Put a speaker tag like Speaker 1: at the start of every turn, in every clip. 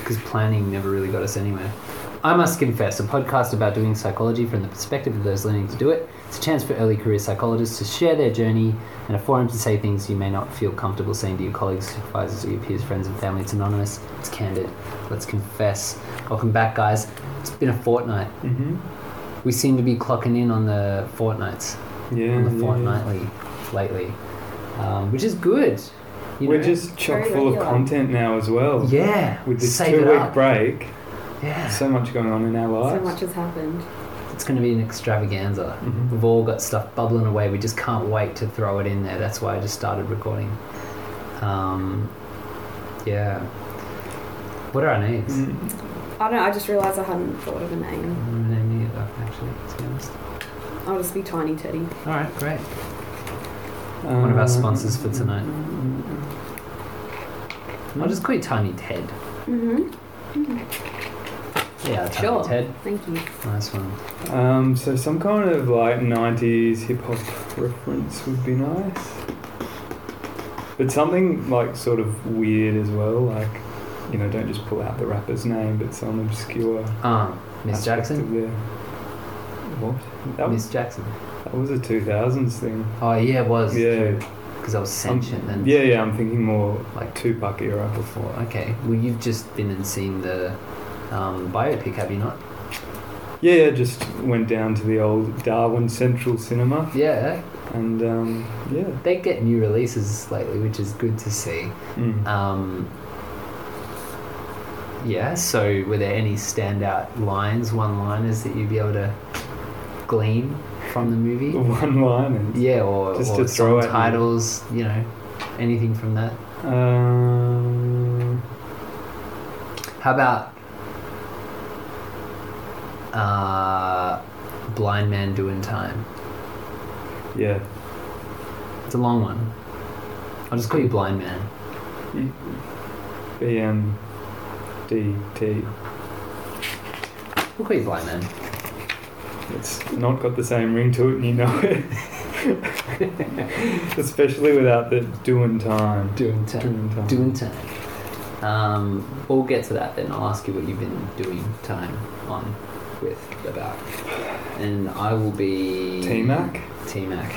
Speaker 1: because planning never really got us anywhere. I Must Confess, a podcast about doing psychology from the perspective of those learning to do it. It's a chance for early career psychologists to share their journey and a forum to say things you may not feel comfortable saying to your colleagues, supervisors, or your peers, friends, and family. It's anonymous, it's candid, let's confess. Welcome back, guys. It's been a fortnight.
Speaker 2: Mm-hmm.
Speaker 1: We seem to be clocking in on the fortnights,
Speaker 2: Yeah.
Speaker 1: on the
Speaker 2: yeah.
Speaker 1: fortnightly lately, um, which is good. you
Speaker 2: We're
Speaker 1: know?
Speaker 2: just chock
Speaker 3: Very
Speaker 2: full of
Speaker 3: regular.
Speaker 2: content now as well.
Speaker 1: yeah,
Speaker 2: With this
Speaker 1: save it
Speaker 2: two week
Speaker 1: up.
Speaker 2: break,
Speaker 1: Yeah.
Speaker 2: so much going on in our
Speaker 3: So
Speaker 2: lives.
Speaker 3: much has happened.
Speaker 1: It's going to be an extravaganza.
Speaker 2: Mhm.
Speaker 1: We've all got stuff bubbling away. We just can't wait to throw it in there. That's why I just started recording. Um, yeah. What are our names?
Speaker 2: Mm.
Speaker 3: I don't know, I just realised I hadn't thought of a name.
Speaker 1: Mm, name me, uh, actually, to be honest.
Speaker 3: I'll just be Tiny Teddy.
Speaker 1: All right, great. One of
Speaker 2: Um,
Speaker 1: our sponsors for tonight. I'll just call you Tiny Ted.
Speaker 3: Mm-hmm.
Speaker 1: Yeah, Tiny
Speaker 3: Sure.
Speaker 1: Ted.
Speaker 3: Thank you.
Speaker 1: Nice one.
Speaker 2: Um, so some kind of like '90s hip hop reference would be nice, but something like sort of weird as well. Like, you know, don't just pull out the rapper's name, but some obscure.
Speaker 1: Um, Miss
Speaker 2: aspect
Speaker 1: Jackson.
Speaker 2: of their- What? That was,
Speaker 1: Miss Jackson.
Speaker 2: that was a 2000s thing.
Speaker 1: Oh yeah, Um, it was.
Speaker 2: Yeah.
Speaker 1: Because I was
Speaker 2: I'm-
Speaker 1: sentient and
Speaker 2: yeah, yeah. I'm thinking more
Speaker 1: like
Speaker 2: Tupac era.
Speaker 1: before. Okay. Well, you've just been and seen the um, biopic, have you not?
Speaker 2: Yeah, yeah, just went down to the old Darwin Central Cinema
Speaker 1: Yeah.
Speaker 2: and um, yeah.
Speaker 1: They get new releases lately, which is good to see.
Speaker 2: Mm.
Speaker 1: Um, yeah. So, were there any standout lines, one-liners that you'd be able to glean from the movie?
Speaker 2: One line and
Speaker 1: Yeah, or,
Speaker 2: Just
Speaker 1: or
Speaker 2: to throw
Speaker 1: song
Speaker 2: at you.
Speaker 1: titles, you know, anything from that.
Speaker 2: um,
Speaker 1: How about uh, "Blind Man Doing Time"?
Speaker 2: Uh, yeah.
Speaker 1: It's a long one. I'll just call you Blind Man.
Speaker 2: B M D T.
Speaker 1: We'll call you Blind Man.
Speaker 2: It's not got the same ring to it, and you know it. Especially without the doing time.
Speaker 1: Doing time.
Speaker 2: Doing time.
Speaker 1: Doing time. Um, we'll get to that then. I'll ask you what you've been doing time on with about. And I will be.
Speaker 2: T Mac.
Speaker 1: T Mac.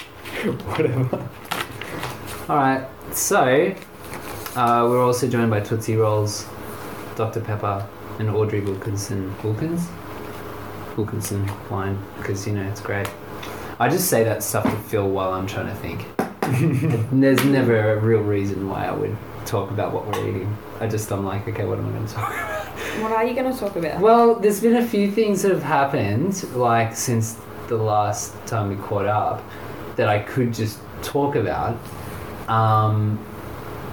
Speaker 2: Whatever.
Speaker 1: Alright, so uh, we're also joined by Tootsie Rolls, Dr. Pepper, and Audrey Wilkinson. Wilkins? Wilkinson wine, because you know it's great. I just say that stuff to Phil while I'm trying to think. There's never a real reason why I would talk about what we're eating. I just, I'm like, okay, what am I going to talk about?
Speaker 3: What are you going to talk about?
Speaker 1: Well, there's been a few things that have happened, like since the last time we caught up, that I could just talk about. Um,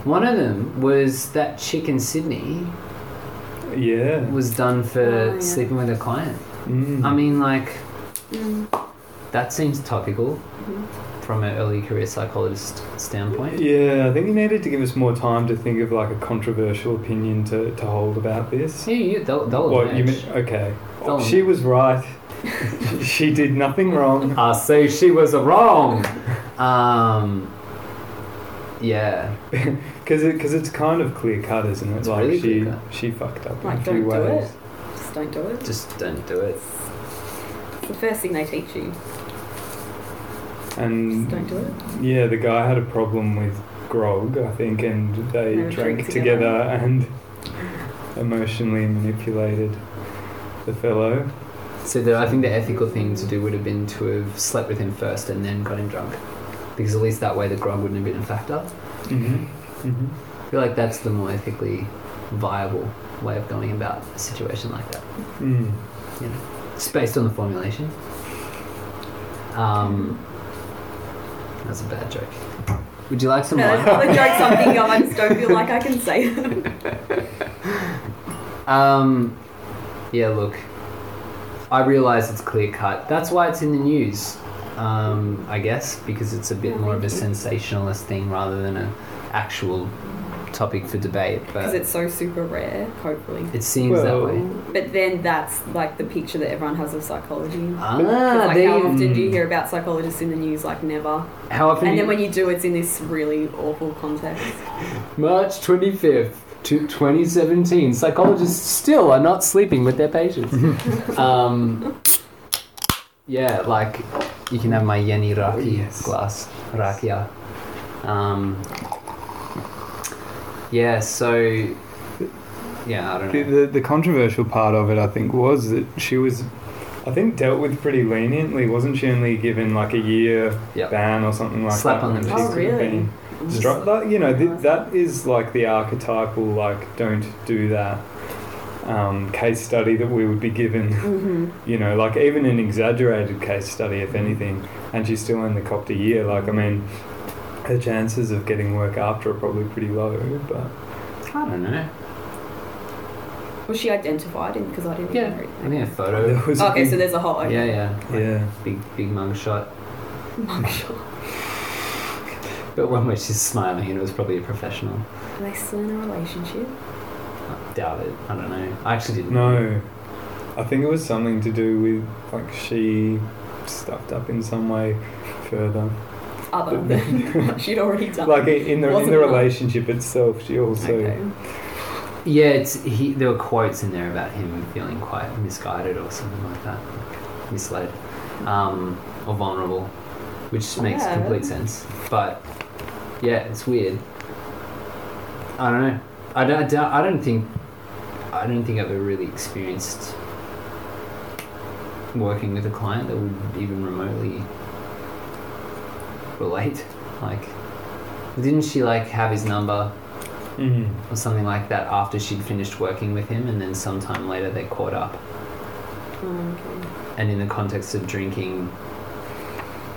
Speaker 1: one of them was that chick in Sydney
Speaker 2: Yeah.
Speaker 1: was done for
Speaker 3: Oh, yeah.
Speaker 1: sleeping with a client.
Speaker 2: Mm.
Speaker 1: I mean, like,
Speaker 3: Mm.
Speaker 1: that seems topical
Speaker 3: Mhm.
Speaker 1: from an early career psychologist standpoint.
Speaker 2: Yeah, I think you needed to give us more time to think of like a controversial opinion to, to hold about this.
Speaker 1: Yeah, you, they'll, they'll
Speaker 2: What you mean?
Speaker 1: emerge.
Speaker 2: Okay,
Speaker 1: Don't.
Speaker 2: she was right. she did nothing wrong.
Speaker 1: I say she was wrong. Um, yeah.
Speaker 2: Because because it's kind of clear cut, isn't it?
Speaker 1: It's
Speaker 2: like
Speaker 1: really
Speaker 2: she
Speaker 1: clear-cut.
Speaker 2: she fucked up in
Speaker 3: Like,
Speaker 2: a few
Speaker 3: don't do
Speaker 2: ways.
Speaker 3: it. Just don't do it.
Speaker 1: Just don't do it.
Speaker 3: It's the first thing they teach you.
Speaker 2: And
Speaker 3: Just don't do it.
Speaker 2: yeah, the guy had a problem with grog, I think, and they
Speaker 3: They were
Speaker 2: drank
Speaker 3: drunk
Speaker 2: together
Speaker 3: together.
Speaker 2: and emotionally manipulated the fellow.
Speaker 1: So the, I think the ethical thing to do would have been to have slept with him first and then got him drunk, because at least that way the grog wouldn't have been a factor. Mm-hmm.
Speaker 2: hmm hmm
Speaker 1: I feel like that's the more ethically viable way of going about a situation like that.
Speaker 2: Mm.
Speaker 1: It's based on the formulation. Um, that's a bad joke. Would you like some
Speaker 3: No,
Speaker 1: wine?
Speaker 3: that's not the joke something I just don't feel like I can say. them.
Speaker 1: Um, yeah, look, I realise it's clear cut. That's why it's in the news, um, I guess, because it's a bit
Speaker 3: Yeah,
Speaker 1: more of a
Speaker 3: thank you.
Speaker 1: sensationalist thing rather than an actual topic for debate,
Speaker 3: because
Speaker 1: but
Speaker 3: it's so super rare, hopefully.
Speaker 1: it seems that way.
Speaker 3: But then that's like the picture that everyone has of psychology. 'Cause,
Speaker 1: Ah,
Speaker 3: like,
Speaker 1: there
Speaker 3: how
Speaker 1: you-
Speaker 3: often do you
Speaker 2: Mm.
Speaker 3: hear about psychologists in the news? Like, never.
Speaker 1: how often?
Speaker 3: And
Speaker 1: you-
Speaker 3: then when you do, it's in this really awful context.
Speaker 1: March 25th to 2017. Psychologists still are not sleeping with their patients. um, yeah, like you can have my Yeni Raki
Speaker 2: Yes.
Speaker 1: glass, Rakia. Um, yeah, so. Yeah, I don't
Speaker 2: The,
Speaker 1: know.
Speaker 2: the, the controversial part of it, I think, was that she was, I think, dealt with pretty leniently, wasn't she? Only given like a year
Speaker 1: Yep.
Speaker 2: ban or something like
Speaker 1: Slap
Speaker 2: that.
Speaker 1: on the
Speaker 2: when she
Speaker 1: wrist.
Speaker 3: Oh,
Speaker 2: could have
Speaker 3: really?
Speaker 2: been struck. Like, you know, th- that is like the archetypal, like, don't do that um, case study that we would be given.
Speaker 3: Mm-hmm.
Speaker 2: You know, like, even an exaggerated case study, if anything, and she still only copped a year. Like, I mean, her chances of getting work after are probably pretty low, but.
Speaker 1: I don't know.
Speaker 3: Was she identified? Because I didn't
Speaker 1: Yeah.
Speaker 3: even read
Speaker 1: I need a
Speaker 2: There
Speaker 1: photo.
Speaker 2: was
Speaker 3: that. Okay, so
Speaker 2: big-
Speaker 3: there's a whole okay.
Speaker 1: Yeah, yeah. Like,
Speaker 2: Yeah.
Speaker 1: Big, big mug shot.
Speaker 3: mugshot.
Speaker 1: But one where she's smiling and it was probably a professional.
Speaker 3: Are they still in a relationship?
Speaker 1: I doubt it. I don't know. I actually didn't.
Speaker 2: No, I think it was something to do with like she stuffed up in some way further.
Speaker 3: Other than what she'd already done.
Speaker 2: Like i- in the in
Speaker 3: Wasn't
Speaker 2: the
Speaker 3: it?
Speaker 2: relationship itself, she also
Speaker 1: Okay. Yeah, it's he. There were quotes in there about him feeling quite misguided or something like that, like misled, um, or vulnerable, which makes
Speaker 3: Yeah.
Speaker 1: complete sense. But yeah, it's weird. I don't know. I don't. I don't, I don't think. I don't think I've ever really experienced working with a client that would even remotely relate. Like, didn't she like have his number?
Speaker 2: Mm.
Speaker 1: or something like that after she'd finished working with him and then sometime later they caught up
Speaker 3: Oh, okay.
Speaker 1: and in the context of drinking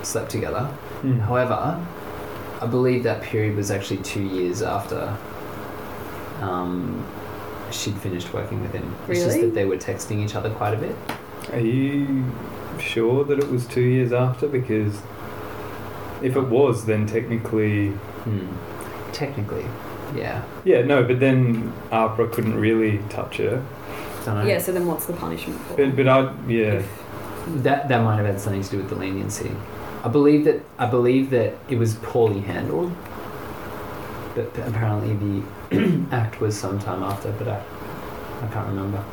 Speaker 1: slept together
Speaker 2: Mm.
Speaker 1: however i believe that period was actually two years after um, she'd finished working with him it's just
Speaker 3: Really?
Speaker 1: that they were texting each other quite a bit
Speaker 2: Are you sure that it was two years after? Because if it was, then technically,
Speaker 1: hmm. technically yeah
Speaker 2: yeah, no. But then Apra couldn't really touch her.
Speaker 1: don't know
Speaker 3: Yeah, so then what's the punishment for?
Speaker 2: But, but I, yeah,
Speaker 1: that that might have had something to do with the leniency. I believe that I believe that it was poorly handled, but p- apparently the act was sometime after. But I, I can't remember.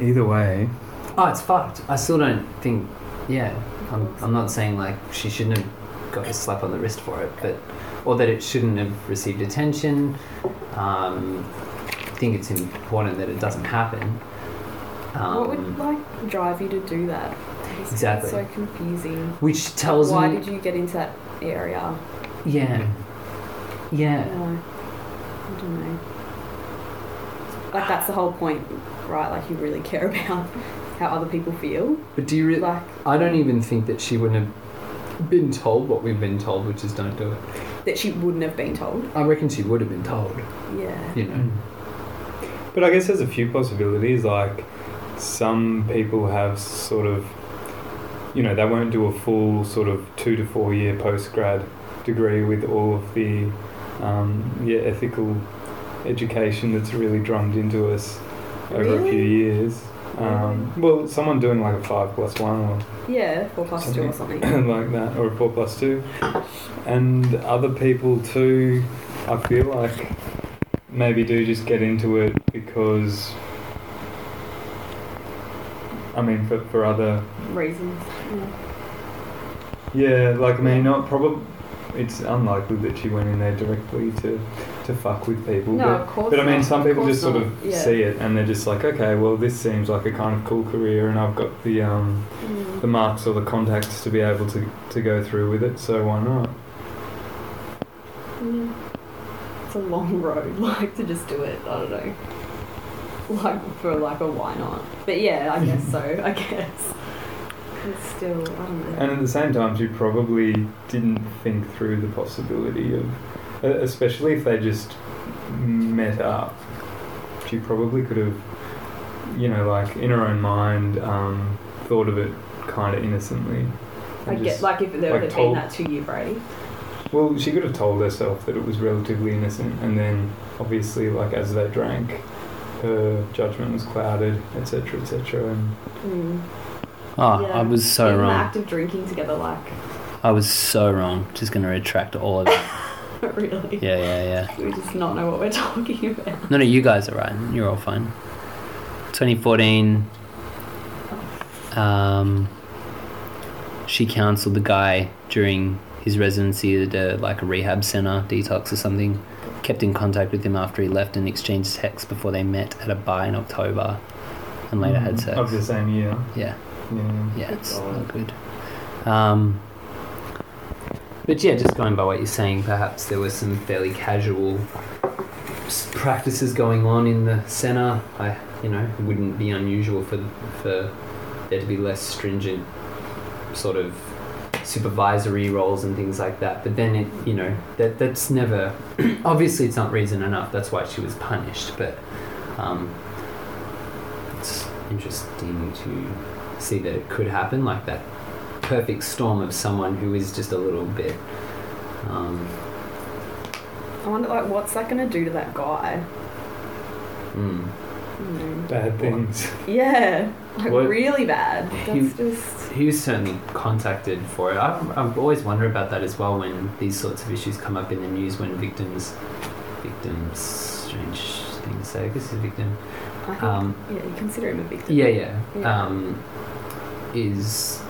Speaker 2: either way,
Speaker 1: Oh, it's fucked. I still don't think. Yeah, I'm, I'm not saying like she shouldn't have got a slap on the wrist for it, but or that it shouldn't have received attention. Um, I think it's important that it doesn't happen. Um,
Speaker 3: what would like drive you to do that? It's
Speaker 1: Exactly.
Speaker 3: So confusing.
Speaker 1: which tells
Speaker 3: Why
Speaker 1: me
Speaker 3: did you get into that area?
Speaker 1: Yeah. Yeah.
Speaker 3: No, I don't know. Like that's the whole point, right? Like you really care about how other people feel.
Speaker 1: But do you really?
Speaker 3: Like
Speaker 1: I don't even think that she wouldn't have been told what we've been told, which is don't do it.
Speaker 3: that she wouldn't have been told.
Speaker 1: I reckon she would have been told.
Speaker 3: Yeah.
Speaker 1: You know.
Speaker 2: But I guess there's a few possibilities. Like some people have sort of, you know, they won't do a full sort of two to four year post grad degree with all of the um, yeah ethical education that's really drummed into us over a few
Speaker 3: Really?
Speaker 2: years. Um, well, someone doing like a five plus one or
Speaker 3: Yeah, four plus two or something.
Speaker 2: like that, or a four plus two, and other people too. I feel like maybe do just get into it because. I mean, for, for other
Speaker 3: Reasons. Yeah.
Speaker 2: yeah, like I mean, not probably. It's unlikely that she went in there directly to to fuck with people.
Speaker 3: No,
Speaker 2: but,
Speaker 3: of course.
Speaker 2: but I mean,
Speaker 3: not.
Speaker 2: some
Speaker 3: Of
Speaker 2: people
Speaker 3: course
Speaker 2: just sort
Speaker 3: not.
Speaker 2: of
Speaker 3: yeah.
Speaker 2: see it and they're just like, okay, well, this seems like a kind of cool career, and I've got the um,
Speaker 3: Mm.
Speaker 2: the marks or the contacts to be able to, to go through with it, so why not?
Speaker 3: Mm. It's a long road, like to just do it. I don't know. Like for like a why not? But yeah, I guess so. I guess. It's still, I don't know.
Speaker 2: And at the same time, you probably didn't think through the possibility of, e- especially if they just met up, she probably could have, you know, like in her own mind, um, thought of it kind of innocently.
Speaker 3: I
Speaker 2: and
Speaker 3: get
Speaker 2: just-
Speaker 3: like if there
Speaker 2: like
Speaker 3: had
Speaker 2: told-
Speaker 3: been that two year break,
Speaker 2: Well, she could have told herself that it was relatively innocent, and then obviously, like as they drank, her judgment was clouded, etc., etc. And
Speaker 3: Mm.
Speaker 1: Oh,
Speaker 3: Yeah.
Speaker 1: I was so
Speaker 3: Even the
Speaker 1: wrong.
Speaker 3: act of drinking together, like,
Speaker 1: I was so wrong. Just gonna retract all of that.
Speaker 3: really.
Speaker 1: Yeah, yeah, yeah.
Speaker 3: We just not know what we're talking about.
Speaker 1: No, no, you guys are right. You're all fine. 2014. Um, she counseled the guy during his residency at a, like a rehab center, detox or something. Kept in contact with him after he left and exchanged texts before they met at a bar in October, and later
Speaker 3: Mm.
Speaker 1: had sex.
Speaker 2: of the same year.
Speaker 1: Yeah,
Speaker 2: Yeah.
Speaker 1: yeah,
Speaker 3: Good
Speaker 1: it's
Speaker 3: God.
Speaker 1: not good. Um,
Speaker 4: But yeah, just going by what you're saying, perhaps there were some fairly casual s- practices going on in the centre. I, you know, it wouldn't be unusual for for there to be less stringent sort of supervisory roles and things like that. But then it, you know, that that's never. obviously, it's not reason enough. That's why she was punished. But um, it's interesting to see that it could happen like that perfect storm of someone who is just a little bit. Um,
Speaker 3: I wonder, like, what's that going to do to that guy?
Speaker 4: mm.
Speaker 3: Mm.
Speaker 2: Bad things.
Speaker 3: Yeah, like
Speaker 4: What-
Speaker 3: really bad.
Speaker 4: He-
Speaker 3: That's just.
Speaker 4: He was certainly contacted for it. I, I've always wondered about that as well when these sorts of issues come up in the news when victims, victims, strange thing to say, I guess he's a victim.
Speaker 3: I think,
Speaker 4: Um,
Speaker 3: yeah, you consider him a victim.
Speaker 4: Yeah, yeah.
Speaker 3: Yeah.
Speaker 4: Um, is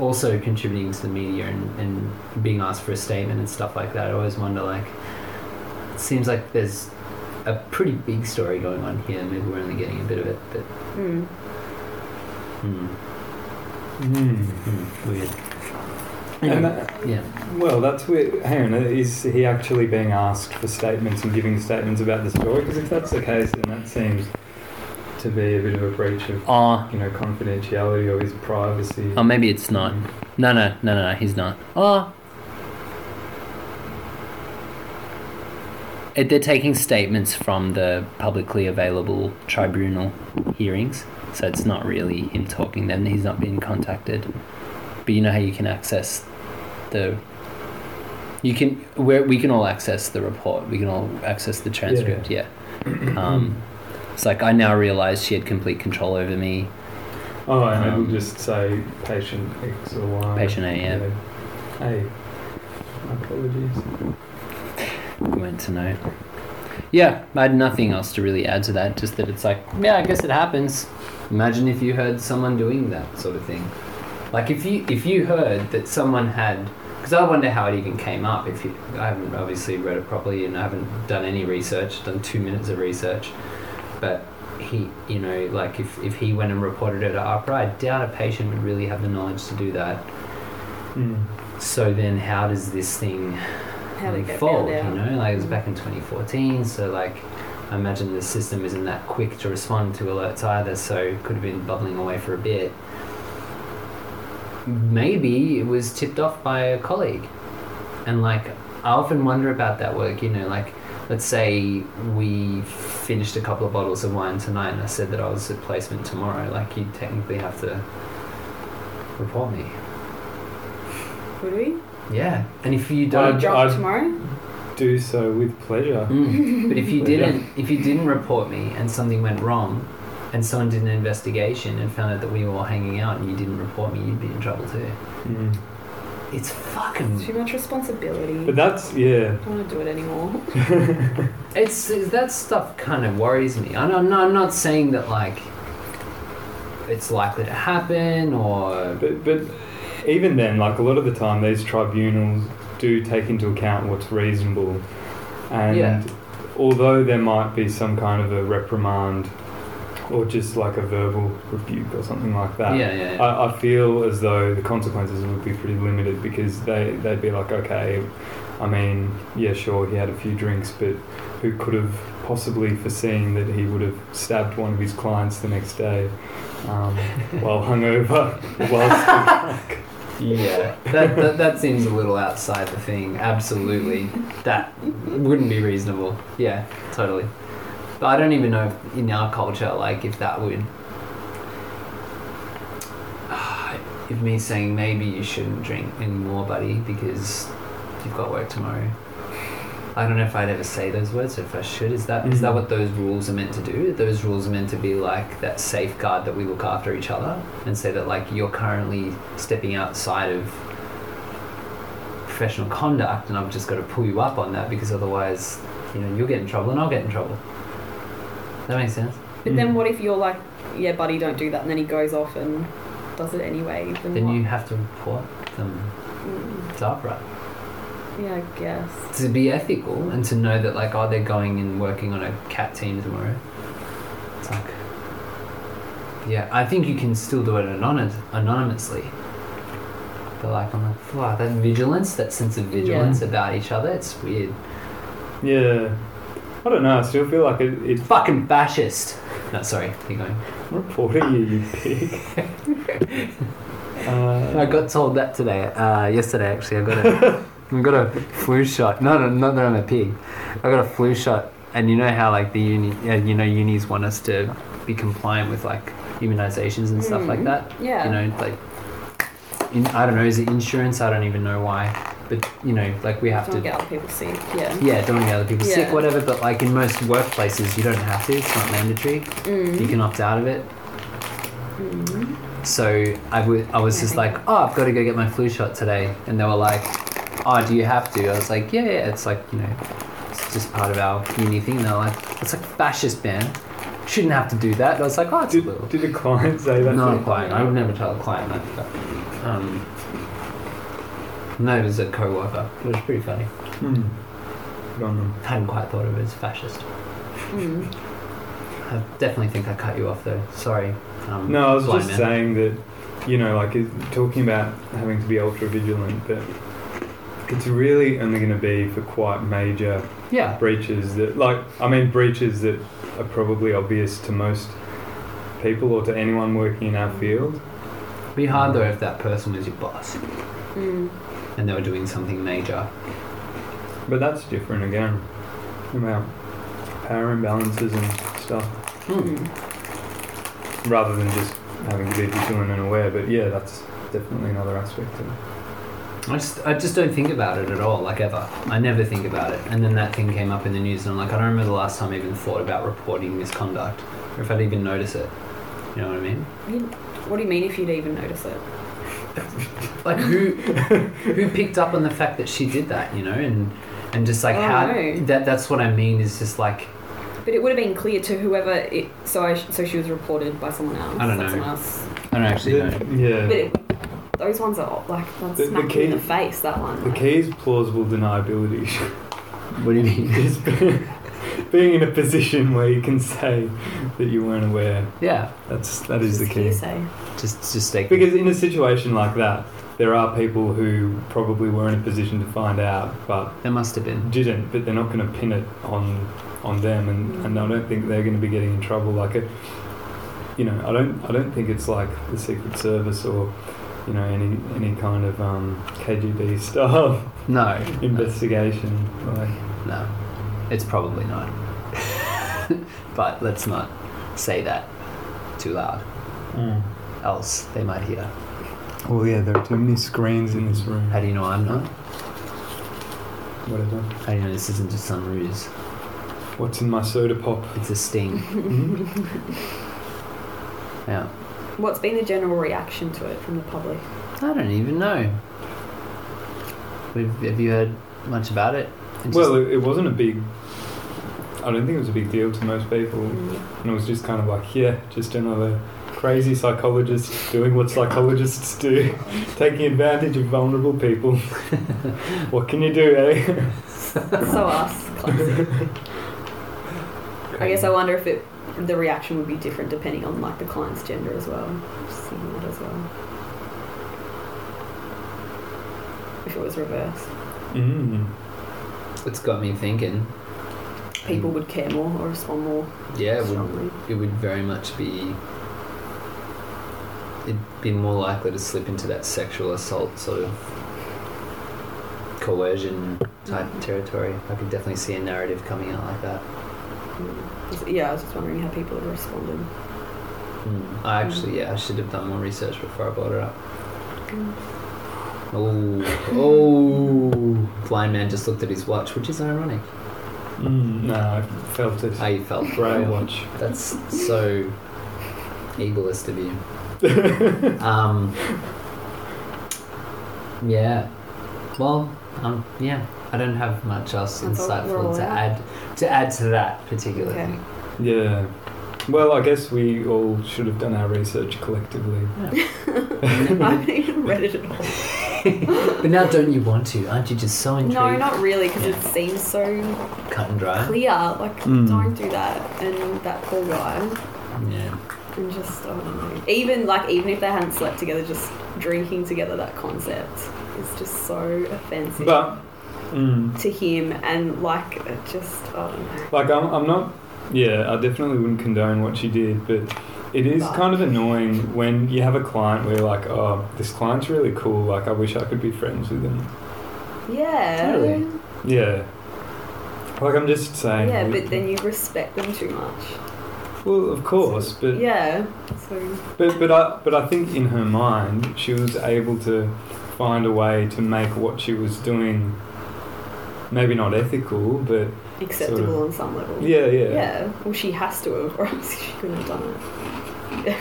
Speaker 4: also contributing to the media and, and being asked for a statement and stuff like that. I always wonder, like, it seems like there's a pretty big story going on here. Maybe we're only getting a bit of it, but
Speaker 3: Mm.
Speaker 4: hmm,
Speaker 2: Mm.
Speaker 4: hmm, weird.
Speaker 2: And
Speaker 4: Anyway,
Speaker 2: that,
Speaker 4: yeah.
Speaker 2: well, that's weird. Hang on, is he actually being asked for statements and giving statements about the story? Because if that's the case, then that seems to be a bit of a breach of
Speaker 1: oh,
Speaker 2: you know confidentiality or his privacy.
Speaker 1: oh, maybe it's not. No, no, no, no, no, he's not. Oh. It- They're taking statements from the publicly available tribunal hearings, so it's not really him talking then. He's not being contacted. But you know how you can access the. You can. Where we can all access the report. We can all access the transcript. Yeah. Um, it's like I now realize she had complete control over me.
Speaker 2: Oh, and
Speaker 1: Um,
Speaker 2: it'll just say patient X or Y.
Speaker 1: Patient A, yeah.
Speaker 2: Hey, my apologies.
Speaker 1: we went to know. Yeah, I had nothing else to really add to that. Just that it's like, yeah, I guess it happens.
Speaker 4: Imagine if you heard someone doing that sort of thing. Like if you if you heard that someone had, because I wonder how it even came up. If you, I haven't obviously read it properly and I haven't done any research, done two minutes of research, but he, you know, like if, if he went and reported it to APRA, I doubt a patient would really have the knowledge to do that.
Speaker 2: Mm.
Speaker 4: So then, how does this thing
Speaker 3: How they get Mm-hmm.
Speaker 4: unfold?
Speaker 3: found
Speaker 4: You
Speaker 3: out.
Speaker 4: know, like it was back in 2014, so like. I imagine the system isn't that quick to respond to alerts either, so it could have been bubbling away for a bit. Maybe it was tipped off by a colleague. And like, I often wonder about that work, you know, like, let's say we finished a couple of bottles of wine tonight and I said that I was at placement tomorrow, like, you'd technically have to report me.
Speaker 3: Would we?
Speaker 4: Yeah. And if you
Speaker 2: I'd-
Speaker 3: Don't
Speaker 4: don't.
Speaker 3: drop
Speaker 2: I'd-
Speaker 3: tomorrow?
Speaker 2: Do so with pleasure.
Speaker 4: Mm. But if you
Speaker 2: Yeah.
Speaker 4: didn't, if you didn't report me and something went wrong, and someone did an investigation and found out that we were all hanging out and you didn't report me, you'd be in trouble too.
Speaker 2: Mm.
Speaker 4: It's fucking.
Speaker 3: Too much responsibility.
Speaker 2: But that's yeah.
Speaker 3: don't want to do it anymore.
Speaker 4: It's that stuff kind of worries me. I don't, no, I'm not saying that like it's likely to happen or
Speaker 2: But, but even then, like a lot of the time, these tribunals do take into account what's reasonable. And
Speaker 4: Yeah.
Speaker 2: although there might be some kind of a reprimand or just like a verbal rebuke or something like that,
Speaker 4: yeah, yeah, yeah.
Speaker 2: I, I feel as though the consequences would be pretty limited because they, they'd be like, okay, I mean, yeah, sure, he had a few drinks, but who could have possibly foreseen that he would have stabbed one of his clients the next day um, while hungover? Whilst
Speaker 4: yeah. That, that that seems a little outside the thing. Absolutely, that wouldn't be reasonable. Yeah, totally. But I don't even know if in our culture, like, if that would. If me saying maybe you shouldn't drink anymore, buddy, because you've got work tomorrow. I don't know if I'd ever say those words, or if I should. Is that is that
Speaker 2: Mhm.
Speaker 4: what those rules are meant to do? Those rules are meant to be like that safeguard that we look after each other and say that like you're currently stepping outside of professional conduct, and I've just got to pull you up on that because otherwise, you know, you'll get in trouble and I'll get in trouble. That makes sense.
Speaker 3: But then
Speaker 2: Mm.
Speaker 3: what if you're like, yeah, buddy, don't do that, and then he goes off and does it anyway? Then,
Speaker 4: Then
Speaker 3: what?
Speaker 4: you have to report them
Speaker 3: Mm,
Speaker 4: to upright.
Speaker 3: yeah, I guess.
Speaker 4: to be ethical and to know that like oh they're going and working on a cat team tomorrow it's like yeah i think you can still do it anonymous, anonymously but like i'm like wow that vigilance that sense of vigilance about each other it's weird
Speaker 2: Yeah. I don't know. I still feel like it, it's
Speaker 4: fucking fascist no sorry keep going
Speaker 2: reporting you, you pig. uh,
Speaker 4: i got told that today uh, yesterday actually i got a i got a flu shot no no not that i'm a pig i got a flu shot and you know how like the uni uh, you know unis want us to be compliant with like immunizations and stuff like
Speaker 3: Mm.
Speaker 4: that
Speaker 3: Yeah.
Speaker 4: you know like in, i don't know is it insurance i don't even know why but you know like we have
Speaker 3: don't
Speaker 4: to
Speaker 3: get other people sick. Yeah.
Speaker 4: yeah don't get other people sick
Speaker 3: Yeah.
Speaker 4: whatever but like in most workplaces you don't have to it's not mandatory
Speaker 3: Mm.
Speaker 4: you can opt out of it
Speaker 3: Mm.
Speaker 4: so I wa- I was
Speaker 3: Yeah,
Speaker 4: just
Speaker 3: thank
Speaker 4: like oh i've got to go get my flu shot today and they were like oh do you have to i was like yeah, yeah. it's like you know it's just part of our uni thing and they're like it's like fascist man shouldn't have to do that and i was like oh it's a little
Speaker 2: did, did a client say that?
Speaker 4: not
Speaker 2: to
Speaker 4: a
Speaker 2: you?
Speaker 4: client. I would never tell a client that. But, um, no, it was a co-worker. It was pretty funny.
Speaker 2: Hmm. Good on them.
Speaker 4: hadn't quite thought of it as fascist.
Speaker 3: Mm.
Speaker 4: I definitely think I cut you off though. Sorry. Um,
Speaker 2: No, I was
Speaker 4: blind
Speaker 2: just
Speaker 4: man.
Speaker 2: saying that, you know, like it, talking about having to be ultra vigilant, but it's really only going to be for quite major
Speaker 4: Yeah.
Speaker 2: breaches that, like, I mean, breaches that are probably obvious to most people or to anyone working in our field.
Speaker 4: Be hard though if that person was your boss
Speaker 3: Mm.
Speaker 4: and they were doing something major.
Speaker 2: But that's different again. About power imbalances and stuff,
Speaker 4: Hmm.
Speaker 3: Mm.
Speaker 2: rather than just having to be vigilant and aware. But yeah, that's definitely another aspect of it.
Speaker 4: I just, I just don't think about it at all, like ever. I never think about it. And then that thing came up in the news, and I'm like, I don't remember the last time I even thought about reporting misconduct, or if I'd even notice it. You know what I mean?
Speaker 3: You- What do you mean if you'd even notice it?
Speaker 4: like who who picked up on the fact that she did that you know and and just like
Speaker 3: Oh,
Speaker 4: how
Speaker 3: no.
Speaker 4: that that's what i mean is just like
Speaker 3: But it would have been clear to whoever it. So I. So she was reported by someone else.
Speaker 4: I don't
Speaker 3: like
Speaker 4: know.
Speaker 3: Someone else.
Speaker 4: i don't actually know
Speaker 2: Yeah.
Speaker 3: But it, those ones are like that's
Speaker 2: The- the
Speaker 3: smacking in
Speaker 2: key-
Speaker 3: the face. That one.
Speaker 2: The
Speaker 3: like.
Speaker 2: key is plausible deniability.
Speaker 4: what do you mean
Speaker 2: It's being in a position where you can say that you weren't aware.
Speaker 4: yeah
Speaker 2: That's that is the
Speaker 3: Just
Speaker 2: key.
Speaker 3: hearsay.
Speaker 4: just just take
Speaker 2: Because in a situation like that, there are people who probably were in a position to find out but
Speaker 4: there must have been
Speaker 2: didn't, but they're not going to pin it on on them, and, and I don't think they're going to be getting in trouble. Like it, you know, I don't I don't think it's like the Secret Service or you know any any kind of um, KGB style
Speaker 4: no
Speaker 2: investigation. Like
Speaker 4: no it's probably not but let's not say that too loud else they might hear
Speaker 2: Hmm. Well, yeah, there are too many screens in this room.
Speaker 4: how do you know i'm not
Speaker 2: Whatever.
Speaker 4: how do you know this isn't just some ruse
Speaker 2: What's in my soda pop? Hmm?
Speaker 4: it's a sting yeah
Speaker 3: What's been the general reaction to it from the public?
Speaker 4: I don't even know. We've, have you heard much about it? It's
Speaker 2: well, it, it wasn't a big. I don't think it was a big deal to most people,
Speaker 3: Mm.
Speaker 2: and it was just kind of like, yeah, just another crazy psychologist doing what psychologists do, taking advantage of vulnerable people. what can you do, eh?
Speaker 3: so us. Classic.
Speaker 4: just
Speaker 3: I guess
Speaker 4: crazy.
Speaker 3: I wonder if it the reaction would be different depending on like the client's gender as well. Just thinking that as well. If it was reversed,
Speaker 2: Mm.
Speaker 4: it's got me thinking.
Speaker 3: people would care more or respond more
Speaker 4: Yeah, it would,
Speaker 3: strongly.
Speaker 4: it would very much be. It'd be more likely to slip into that sexual assault sort of coercion type
Speaker 3: Mhm.
Speaker 4: territory. I could definitely see a narrative coming out like that.
Speaker 3: Mm. Is it- Yeah, I was just wondering how people have responded.
Speaker 4: Hmm. I actually, yeah, I should have done more research before I brought it up.
Speaker 3: Mm.
Speaker 4: Oh, oh, blind man just looked at his watch, which is ironic.
Speaker 2: Mm, no, I felt it.
Speaker 4: I felt
Speaker 2: Braille watch.
Speaker 4: That's so egoist of you. um, yeah. Well, um, yeah. I don't have much else
Speaker 3: That's all- we're all
Speaker 4: insightful to
Speaker 3: out.
Speaker 4: add to add to that particular
Speaker 3: Okay.
Speaker 4: thing.
Speaker 2: Yeah. Well, I guess we all should have done our research collectively.
Speaker 3: I haven't even read it at all.
Speaker 4: But now, don't you want to? Aren't you just so intrigued?
Speaker 3: No, not really, because
Speaker 4: Yeah.
Speaker 3: it seems so
Speaker 4: Cut and dry.
Speaker 3: clear. Like,
Speaker 2: Mm.
Speaker 3: don't do that. And that poor guy.
Speaker 4: Yeah.
Speaker 3: And just, I don't know. Even, like, even if they hadn't slept together, just drinking together, that concept is just so offensive
Speaker 2: But, mm,
Speaker 3: to him. And, like, it just, I don't know.
Speaker 2: like, I'm, I'm not. Yeah, I definitely wouldn't condone what she did, but it is
Speaker 3: But-
Speaker 2: kind of annoying when you have a client where you're like, oh, this client's really cool. Like, I wish I could be friends with him.
Speaker 3: Yeah.
Speaker 4: Totally.
Speaker 2: Yeah. Like, I'm just saying.
Speaker 3: Yeah,
Speaker 2: we-
Speaker 3: but then you respect them too much.
Speaker 2: Well, of course, but
Speaker 3: Yeah. So,
Speaker 2: But but I but I think in her mind she was able to find a way to make what she was doing maybe not ethical, but
Speaker 3: acceptable on some level.
Speaker 2: yeah, yeah.
Speaker 3: Yeah. Well, she has to have, or else she couldn't have done it.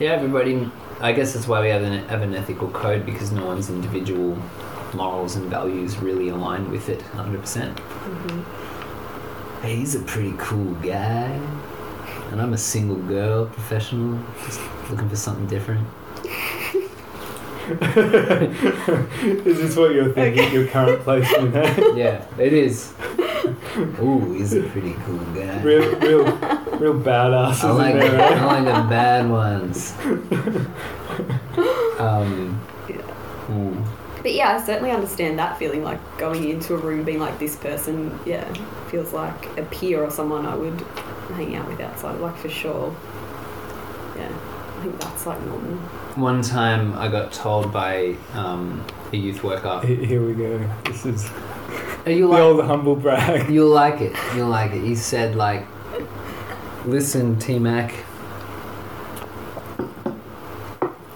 Speaker 4: Yeah, everybody. I guess that's why we have an, have an ethical code because no one's individual morals and values really align with it 100%.
Speaker 3: Mm-hmm.
Speaker 4: Hey, he's a pretty cool guy. And I'm a single girl, professional, just looking for something different.
Speaker 2: Is this what you're thinking your current placement? eh?
Speaker 4: yeah, it is. Ooh, he's a pretty cool guy.
Speaker 2: real real real badasses
Speaker 4: I like
Speaker 2: in there, eh?
Speaker 4: I like the bad ones. Um, ooh.
Speaker 3: But yeah, I certainly understand that feeling, like going into a room being like this person. Yeah, feels like a peer or someone I would hang out with outside, like for sure. Yeah, I think that's like normal.
Speaker 4: One time I got told by um, a youth worker,
Speaker 2: He- Here we go. This is
Speaker 4: Are you
Speaker 2: the
Speaker 4: like
Speaker 2: old humble brag.
Speaker 4: You'll like it. You'll like it. He said, like, listen, T Mac,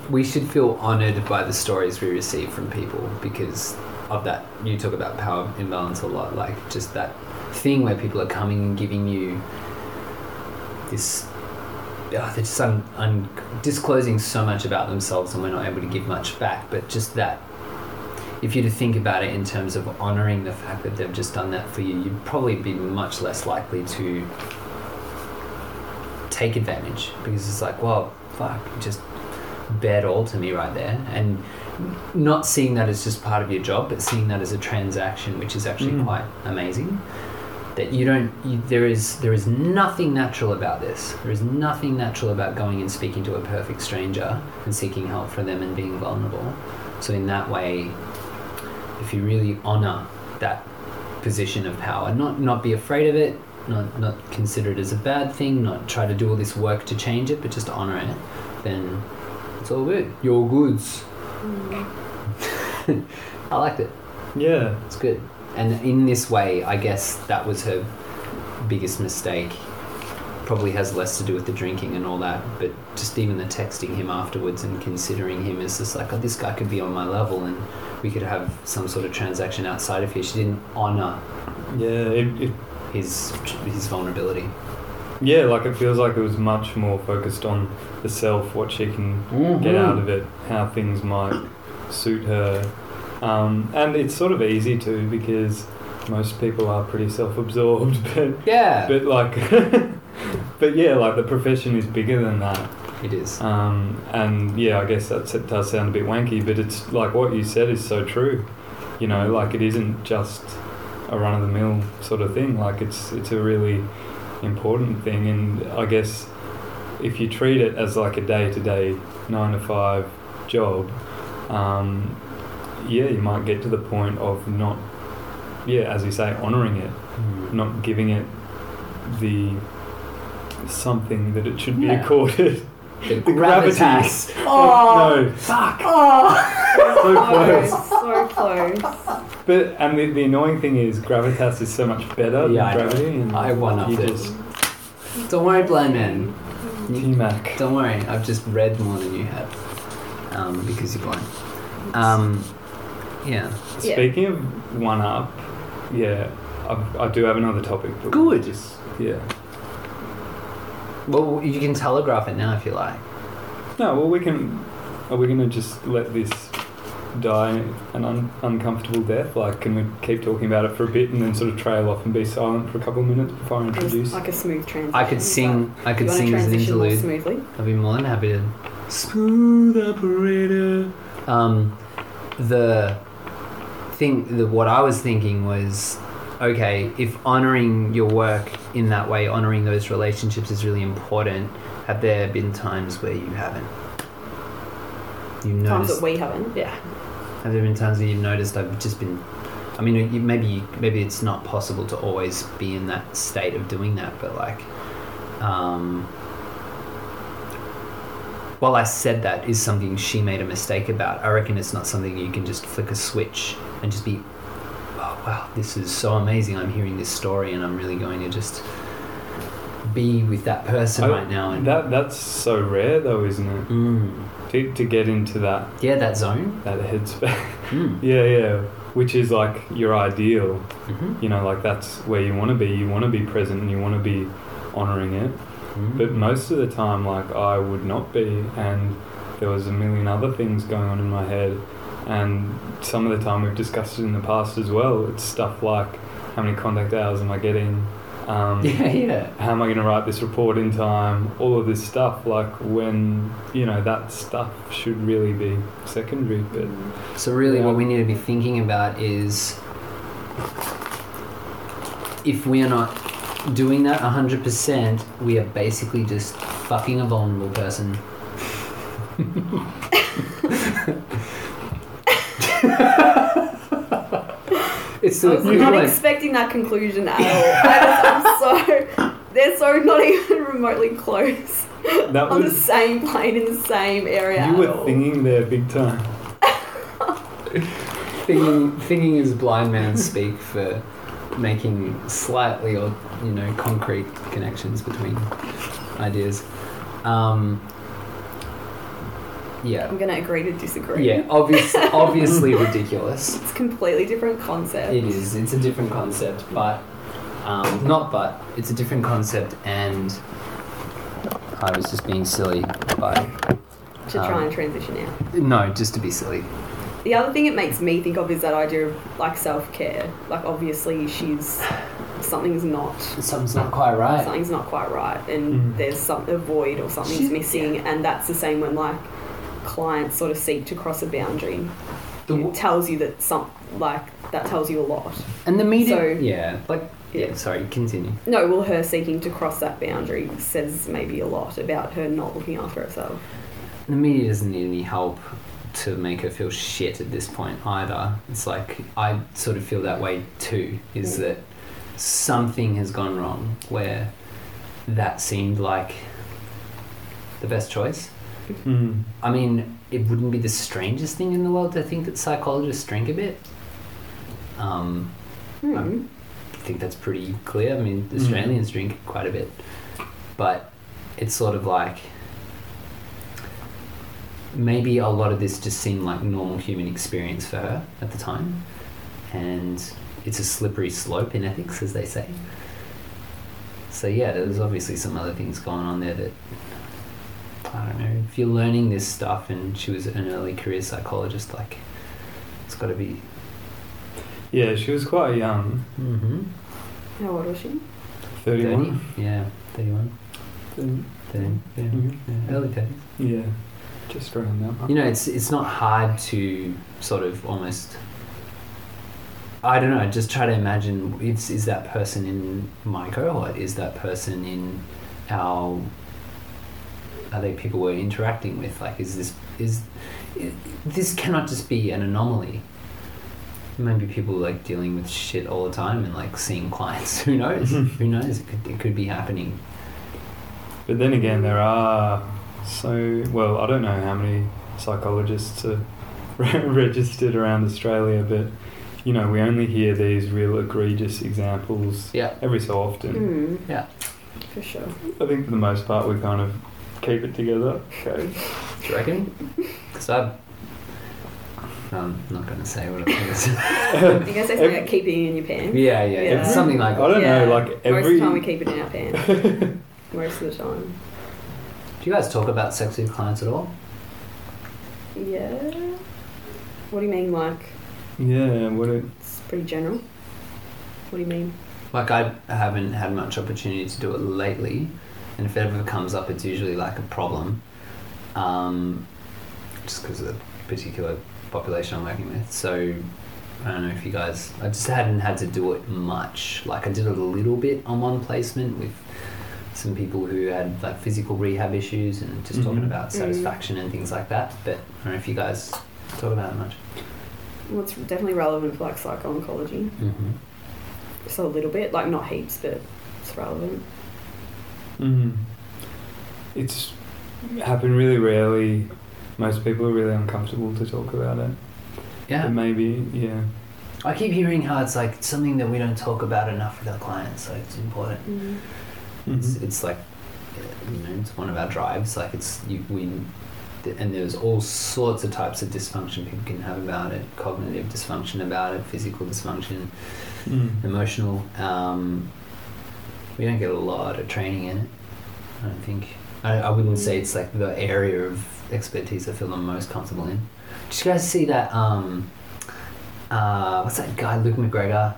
Speaker 4: we should feel honored by the stories we receive from people because of that. You talk about power imbalance a lot, like, just that thing where people are coming and giving you this. Oh, they're just un, un, disclosing so much about themselves, and we're not able to give much back. But just that if you to think about it in terms of honoring the fact that they've just done that for you, you'd probably be much less likely to take advantage because it's like, well, fuck, you just bared all to me right there. And not seeing that as just part of your job, but seeing that as a transaction, which is actually
Speaker 2: Mm.
Speaker 4: quite amazing. That you don't, you, there is there is nothing natural about this. There is nothing natural about going and speaking to a perfect stranger and seeking help from them and being vulnerable. So in that way, if you really honor that position of power, not not be afraid of it, not not consider it as a bad thing, not try to do all this work to change it, but just honor it, then it's all good. Your goods.
Speaker 3: Mm.
Speaker 4: I liked it.
Speaker 2: Yeah.
Speaker 4: It's good. And in this way, I guess that was her biggest mistake. Probably has less to do with the drinking and all that, but just even the texting him afterwards and considering him as just like, oh, this guy could be on my level and we could have some sort of transaction outside of here. She didn't honor
Speaker 2: Yeah. It, it,
Speaker 4: his his vulnerability.
Speaker 2: yeah, like it feels like it was much more focused on the self, what she can get
Speaker 4: Mm.
Speaker 2: out of it, how things might suit her. Um, and it's sort of easy too because most people are pretty self absorbed, but,
Speaker 4: Yeah,
Speaker 2: but like, but yeah, like the profession is bigger than that.
Speaker 4: it is.
Speaker 2: Um, and yeah, I guess that's, it does sound a bit wanky, but it's like what you said is so true. You know, like it isn't just a run of the mill sort of thing. Like it's it's a really important thing, and I guess if you treat it as like a day to day nine to five job, um, yeah, you might get to the point of not, yeah, as you say, honouring it,
Speaker 4: Mm.
Speaker 2: not giving it the something that it should be
Speaker 4: Yeah.
Speaker 2: accorded.
Speaker 4: The
Speaker 2: gravity.
Speaker 4: gravitas.
Speaker 3: Oh,
Speaker 2: No,
Speaker 4: Fuck.
Speaker 3: oh,
Speaker 2: so close.
Speaker 3: so close.
Speaker 2: But and the, the annoying thing is gravitas is so much better
Speaker 4: Yeah, I
Speaker 2: than
Speaker 4: know.
Speaker 2: gravity. And
Speaker 4: I won up
Speaker 2: you
Speaker 4: this.
Speaker 2: just
Speaker 4: Don't worry, blind man.
Speaker 2: T Mac.
Speaker 4: Don't worry, I've just read more than you have um, because you're blind. Um, Yeah.
Speaker 3: Yeah.
Speaker 2: Speaking of one up, yeah, I've, I do have another topic. But
Speaker 4: Good.
Speaker 2: Just, yeah.
Speaker 4: Well, you can telegraph it now if you like.
Speaker 2: No, well, we can. Are we going to just let this die an un- uncomfortable death? Like, can we keep talking about it for a bit and then sort of trail off and be silent for a couple of minutes before I
Speaker 3: It was
Speaker 2: introduce?
Speaker 3: like a smooth transition.
Speaker 4: I could sing. I
Speaker 3: but
Speaker 4: could
Speaker 3: you
Speaker 4: sing
Speaker 3: want
Speaker 4: as
Speaker 3: to
Speaker 4: an
Speaker 3: transition more
Speaker 4: interlude.
Speaker 3: smoothly?
Speaker 4: I'd be more than happy to. Smooth operator. Um, the thing, the, what I was thinking was, okay, if honoring your work in that way, honoring those relationships is really important. Have there been times where you haven't? You
Speaker 3: Times
Speaker 4: noticed
Speaker 3: that we haven't.
Speaker 4: Yeah. Have there been times where you've noticed I've just been? I mean, you, maybe you, maybe it's not possible to always be in that state of doing that, but like, um, while I said that is something she made a mistake about. I reckon it's not something you can just flick a switch and just be, oh wow, this is so amazing. I'm hearing this story and I'm really going to just be with that person
Speaker 2: I-
Speaker 4: right now. And
Speaker 2: Oh, That that's so rare, though, isn't it?
Speaker 4: Mm.
Speaker 2: To, to get into that
Speaker 4: yeah, that zone.
Speaker 2: that headspace.
Speaker 4: Mm.
Speaker 2: yeah, yeah. Which is like your ideal.
Speaker 4: Mm-hmm.
Speaker 2: You know, like that's where you want to be. You want to be present and you want to be honoring it.
Speaker 4: Mm-hmm.
Speaker 2: But most of the time, like I would not be, and there was a million other things going on in my head. And some of the time, we've discussed it in the past as well. It's stuff like how many contact hours am I getting? Um,
Speaker 4: yeah, yeah.
Speaker 2: How am I going to write this report in time? All of this stuff, like when you know that stuff should really be secondary, but
Speaker 4: So really,
Speaker 2: Yeah.
Speaker 4: what we need to be thinking about is if we are not doing that 100%, we are basically just fucking a vulnerable person. it's
Speaker 3: I
Speaker 4: still
Speaker 3: was
Speaker 4: equivalent.
Speaker 3: not expecting that conclusion at all. I just, I'm so they're so not even remotely close
Speaker 2: that
Speaker 3: on the
Speaker 2: was
Speaker 3: same plane in the same area.
Speaker 2: you
Speaker 3: at all.
Speaker 2: were thinking there big time.
Speaker 4: Thinking, thinking is blind man speak for making slightly or you know concrete connections between ideas. Um, yeah,
Speaker 3: I'm gonna agree to disagree.
Speaker 4: yeah. Obvious, obviously ridiculous.
Speaker 3: It's a completely different concept.
Speaker 4: It is. It's a different concept, but um, not. But it's a different concept, and I was just being silly. By
Speaker 3: To try
Speaker 4: Um,
Speaker 3: and transition out.
Speaker 4: no, just to be silly.
Speaker 3: The other thing it makes me think of is that idea of like self care. Like obviously she's something's not
Speaker 4: Something's not quite right. Mm-hmm.
Speaker 3: something's not quite right and
Speaker 2: Mm.
Speaker 3: there's some a void or something's
Speaker 4: She-
Speaker 3: missing and that's the same when like clients sort of seek to cross a boundary.
Speaker 4: The w-
Speaker 3: it tells you that some like that tells you a lot.
Speaker 4: And the media.
Speaker 3: So-
Speaker 4: yeah, like yeah.
Speaker 3: Yeah.
Speaker 4: Sorry, continue.
Speaker 3: No, well her seeking to cross that boundary says maybe a lot about her not looking after herself.
Speaker 4: The media doesn't need any help to make her feel shit at this point either. It's like I sort of feel that way too.
Speaker 3: Mm.
Speaker 4: Is that something has gone wrong where that seemed like the best choice?
Speaker 2: Mm.
Speaker 4: I mean, it wouldn't be the strangest thing in the world to think that psychologists drink a bit. Um,
Speaker 3: Hmm.
Speaker 4: Um, I think that's pretty clear. I mean,
Speaker 2: Mhm.
Speaker 4: Australians drink quite a bit, but it's sort of like maybe a lot of this just seemed like normal human experience for her at the time, and it's a slippery slope in ethics, as they say. So yeah, there's obviously some other things going on there that I don't know. If you're learning this stuff, and she was an early career psychologist, like it's got to be.
Speaker 2: Yeah, she was quite young,
Speaker 4: Mm-hmm.
Speaker 3: How old was she?
Speaker 2: 31.
Speaker 4: Yeah, 31. 30, yeah,
Speaker 2: Mhm.
Speaker 4: yeah, Hmm. early 30s.
Speaker 2: Yeah, just around that much.
Speaker 4: You know, it's it's not hard to sort of almost. I don't know. Just try to imagine: is is that person in my cohort? Is that person in our? Are they people we're interacting with? Like, is this is, i this cannot just be an anomaly. Maybe people like dealing with shit all the time and like seeing clients. Who knows? Who knows? It could, it could be happening.
Speaker 2: But then again, there are so well. I don't know how many psychologists are registered around Australia, but you know, we only hear these real egregious examples
Speaker 4: Yeah.
Speaker 2: every so often.
Speaker 3: Hmm.
Speaker 4: Yeah.
Speaker 3: For sure.
Speaker 2: I think for the most part, we kind of keep it together. Okay.
Speaker 4: Do you reckon? Because I, Um, I'm not going to say what it was.
Speaker 3: You guys say something like keeping it in your pants?
Speaker 4: yeah, yeah,
Speaker 3: Yeah.
Speaker 4: It's something
Speaker 2: I
Speaker 4: like that.
Speaker 2: don't
Speaker 3: Yeah.
Speaker 2: know, like
Speaker 3: Most of
Speaker 2: every.
Speaker 3: the time we keep it in our pants. Most of the time.
Speaker 4: Do you guys talk about sex with clients at all?
Speaker 3: Yeah. What do you mean, like,
Speaker 2: yeah, what it,
Speaker 3: it's pretty general? What do you mean?
Speaker 4: Like I haven't had much opportunity to do it lately, and if it ever comes up, it's usually like a problem, um, just because of the particular population I'm working with. So I don't know if you guys. I just hadn't had to do it much. Like I did it a little bit on one placement with some people who had like physical rehab issues and just talking
Speaker 2: Mhm.
Speaker 4: about
Speaker 3: Mm.
Speaker 4: satisfaction and things like that. But I don't know if you guys talk about it much.
Speaker 3: Well, it's definitely relevant for, like, psycho-oncology.
Speaker 4: Mm-hmm.
Speaker 3: So a little bit, like, not heaps, but it's relevant.
Speaker 2: Mm. It's happened really rarely. Most people are really uncomfortable to talk about it.
Speaker 4: Yeah.
Speaker 2: But maybe, yeah.
Speaker 4: I keep hearing how it's like something that we don't talk about enough with our clients, so it's important.
Speaker 3: Mm.
Speaker 4: It's,
Speaker 2: Mhm.
Speaker 4: it's like, you know, it's one of our drives. Like it's you we, and there's all sorts of types of dysfunction people can have about it: cognitive dysfunction about it, physical dysfunction,
Speaker 2: Mm.
Speaker 4: emotional. Um, we don't get a lot of training in it. I don't think. I, I wouldn't say it's like the area of expertise I feel the most comfortable in. Did you guys see that? Um, uh, what's that guy, Luke McGregor?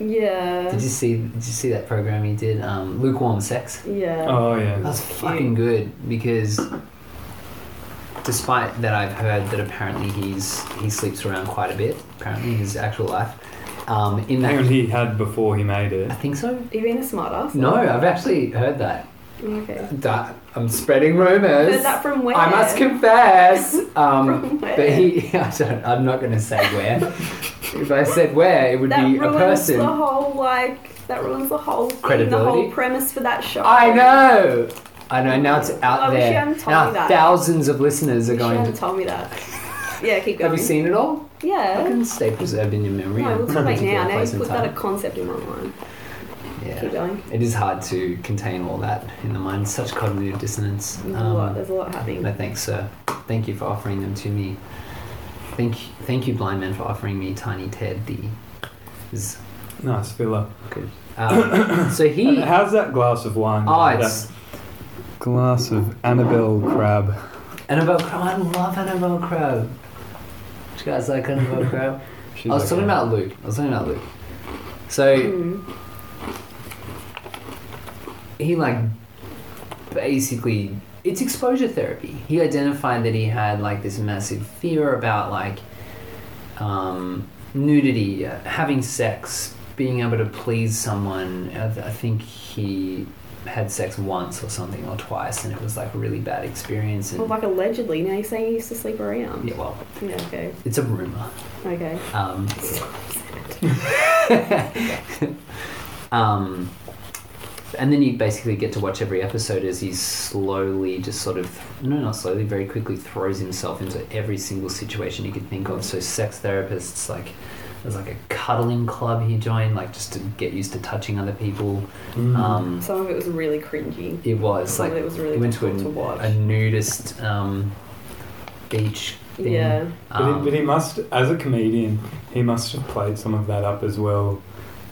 Speaker 3: Yeah.
Speaker 4: Did you see? Did you see that program he did? Um, lukewarm sex.
Speaker 3: Yeah.
Speaker 2: Oh,
Speaker 4: That
Speaker 2: yeah.
Speaker 4: was fucking good because, despite that, I've heard that apparently he's he sleeps around quite a bit. Apparently, in his actual life. Um, in
Speaker 2: Hang on,
Speaker 4: that,
Speaker 2: he had before he made it.
Speaker 4: I think so.
Speaker 3: Are you being a smart ass?
Speaker 4: No, I've actually heard that.
Speaker 3: Okay.
Speaker 4: That I'm spreading rumors.
Speaker 3: Heard that from where?
Speaker 4: I must confess. Um,
Speaker 3: From where?
Speaker 4: but he, I don't, I'm not going to say where. if I said where, it would
Speaker 3: that
Speaker 4: be a
Speaker 3: ruins
Speaker 4: person.
Speaker 3: the whole like that ruins the whole thing, the
Speaker 4: Credibility?
Speaker 3: whole premise for that show.
Speaker 4: I know. I know. Now it's out
Speaker 3: I wish you
Speaker 4: there.
Speaker 3: hadn't told
Speaker 4: Now
Speaker 3: me that.
Speaker 4: thousands of listeners are
Speaker 3: You
Speaker 4: going.
Speaker 3: shouldn't
Speaker 4: to...
Speaker 3: tell me that. Yeah, keep going.
Speaker 4: Have you seen it all? I
Speaker 3: Yeah.
Speaker 4: can stay preserved in your memory.
Speaker 3: No,
Speaker 4: and
Speaker 3: we'll talk about it
Speaker 4: particular
Speaker 3: now. Now
Speaker 4: place
Speaker 3: you
Speaker 4: and
Speaker 3: put that a
Speaker 4: time.
Speaker 3: concept in my mind. Keep
Speaker 4: Yeah.
Speaker 3: going.
Speaker 4: It is hard to contain all that in the mind. Such cognitive dissonance.
Speaker 3: There's a lot. There's a lot happening.
Speaker 4: no thanks, sir. Thank you for offering them to me. Thank, thank you, blind man, for offering me Tiny Ted. The is
Speaker 2: Nice filler. Uh,
Speaker 4: good. Um, so he.
Speaker 2: How's that glass of wine?
Speaker 4: Oh,
Speaker 2: That
Speaker 4: it's
Speaker 2: glass of Annabelle Crab.
Speaker 4: Annabelle Crow. I love Annabelle Crow. Do you guys like Annabelle Crow?
Speaker 2: She's
Speaker 4: I was
Speaker 2: okay.
Speaker 4: talking about Luke. I was talking about Luke. So
Speaker 3: Mm.
Speaker 4: he like basically it's exposure therapy. He identified that he had like this massive fear about like um, nudity, uh, having sex, being able to please someone. I, th- I think he had sex once or something or twice, and it was like a really bad experience. And
Speaker 3: Well, like allegedly. Now you're saying you used to sleep around.
Speaker 4: yeah, well,
Speaker 3: Yeah. Okay.
Speaker 4: it's a rumor.
Speaker 3: Okay.
Speaker 4: Um, um, and then you basically get to watch every episode as he slowly, just sort of, no, not slowly, very quickly throws himself into every single situation he could think of. So, sex therapists, like, there's like a cuddling club he joined, like, just to get used to touching other people.
Speaker 2: Mm.
Speaker 3: Mm-hmm.
Speaker 4: Um,
Speaker 3: Some of it was really cringy.
Speaker 4: it was
Speaker 3: Some
Speaker 4: like,
Speaker 3: of it was really
Speaker 4: he went to a,
Speaker 3: difficult to watch.
Speaker 4: a nudist um, beach thing.
Speaker 3: yeah.
Speaker 2: But, he,
Speaker 4: Um,
Speaker 2: but he must, as a comedian, he must have played some of that up as well.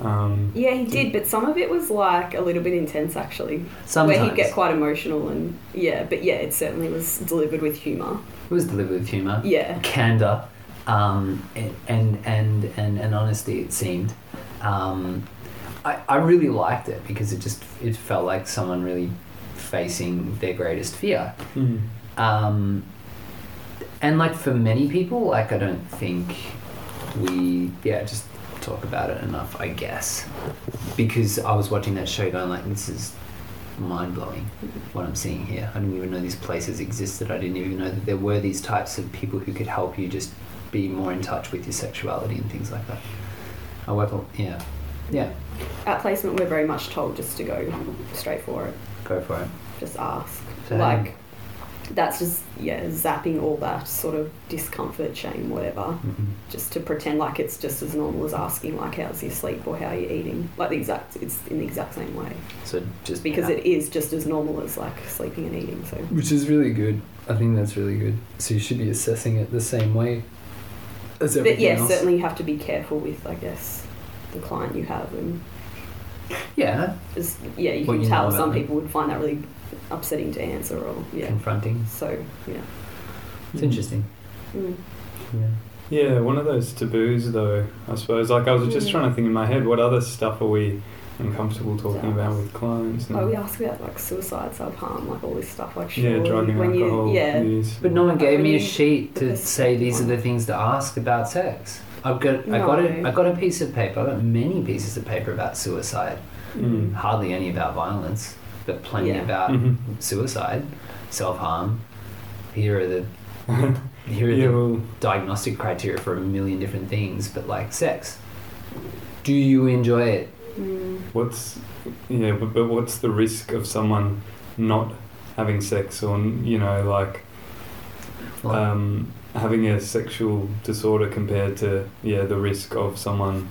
Speaker 2: Um,
Speaker 3: Yeah, he did, but some of it was like a little bit intense actually.
Speaker 4: sometimes.
Speaker 3: Where he'd get quite emotional and yeah, but yeah, it certainly was delivered with humour.
Speaker 4: It was delivered with humour,
Speaker 3: Yeah.
Speaker 4: candor, um, and, and and and and honesty. It seemed. Um, I I really liked it because it just it felt like someone really facing their greatest fear.
Speaker 2: mm.
Speaker 4: Um, and like for many people, like I don't think we yeah just talk about it enough. I guess because I was watching that show going like this is mind blowing what I'm seeing here. I didn't even know these places existed. I didn't even know that there were these types of people who could help you just be more in touch with your sexuality and things like that. I work a yeah yeah
Speaker 3: At placement, we're very much told just to go straight for it,
Speaker 4: go for it.
Speaker 3: just ask.
Speaker 4: Same.
Speaker 3: Like, that's just, yeah, zapping all that sort of discomfort, shame, whatever,
Speaker 4: Mhm.
Speaker 3: just to pretend like it's just as normal as asking, like, how's your sleep or how are you eating? Like, the exact, it's in the exact same way.
Speaker 4: So just
Speaker 3: Because it is just as normal as, like, sleeping and eating, so.
Speaker 4: which is really good. I think that's really good. So you should be assessing it the same way That's
Speaker 3: But
Speaker 4: everything
Speaker 3: yeah,
Speaker 4: else.
Speaker 3: certainly you have to be careful with, I guess, the client you have, and
Speaker 4: Yeah,
Speaker 3: just, yeah, you
Speaker 4: What
Speaker 3: can
Speaker 4: you know
Speaker 3: tell
Speaker 4: about
Speaker 3: some
Speaker 4: them.
Speaker 3: people would find that really upsetting to answer, or yeah. Mm-hmm.
Speaker 4: confronting.
Speaker 3: So yeah,
Speaker 4: It's interesting.
Speaker 3: Mm.
Speaker 4: Yeah.
Speaker 2: Yeah, one of those taboos, though, I suppose. Like, I was just
Speaker 3: Mm.
Speaker 2: trying to think in my head, what other stuff are we uncomfortable talking
Speaker 3: Yeah.
Speaker 2: about with clients?
Speaker 3: oh, we ask about like suicide, self harm, like all this stuff, like
Speaker 2: Yeah,
Speaker 3: surely
Speaker 2: drug and
Speaker 3: when
Speaker 2: alcohol
Speaker 3: you yeah.
Speaker 2: use.
Speaker 4: But no one gave me a
Speaker 3: Really?
Speaker 4: sheet to
Speaker 3: That's-
Speaker 4: say these are the things to ask about sex. I've got I got a
Speaker 3: No.
Speaker 4: I got a piece of paper. I got many pieces of paper about suicide.
Speaker 2: Mm.
Speaker 4: Hardly any about violence, but plenty
Speaker 3: Yeah.
Speaker 4: about
Speaker 2: Mhm.
Speaker 4: suicide, self harm. Here are the here are
Speaker 2: yeah,
Speaker 4: the
Speaker 2: well,
Speaker 4: diagnostic criteria for a million different things, but like sex. Do you enjoy it?
Speaker 3: Mm.
Speaker 2: what's yeah, but, but what's the risk of someone not having sex or you know like
Speaker 4: Like,
Speaker 2: um, having a sexual disorder compared to yeah the risk of someone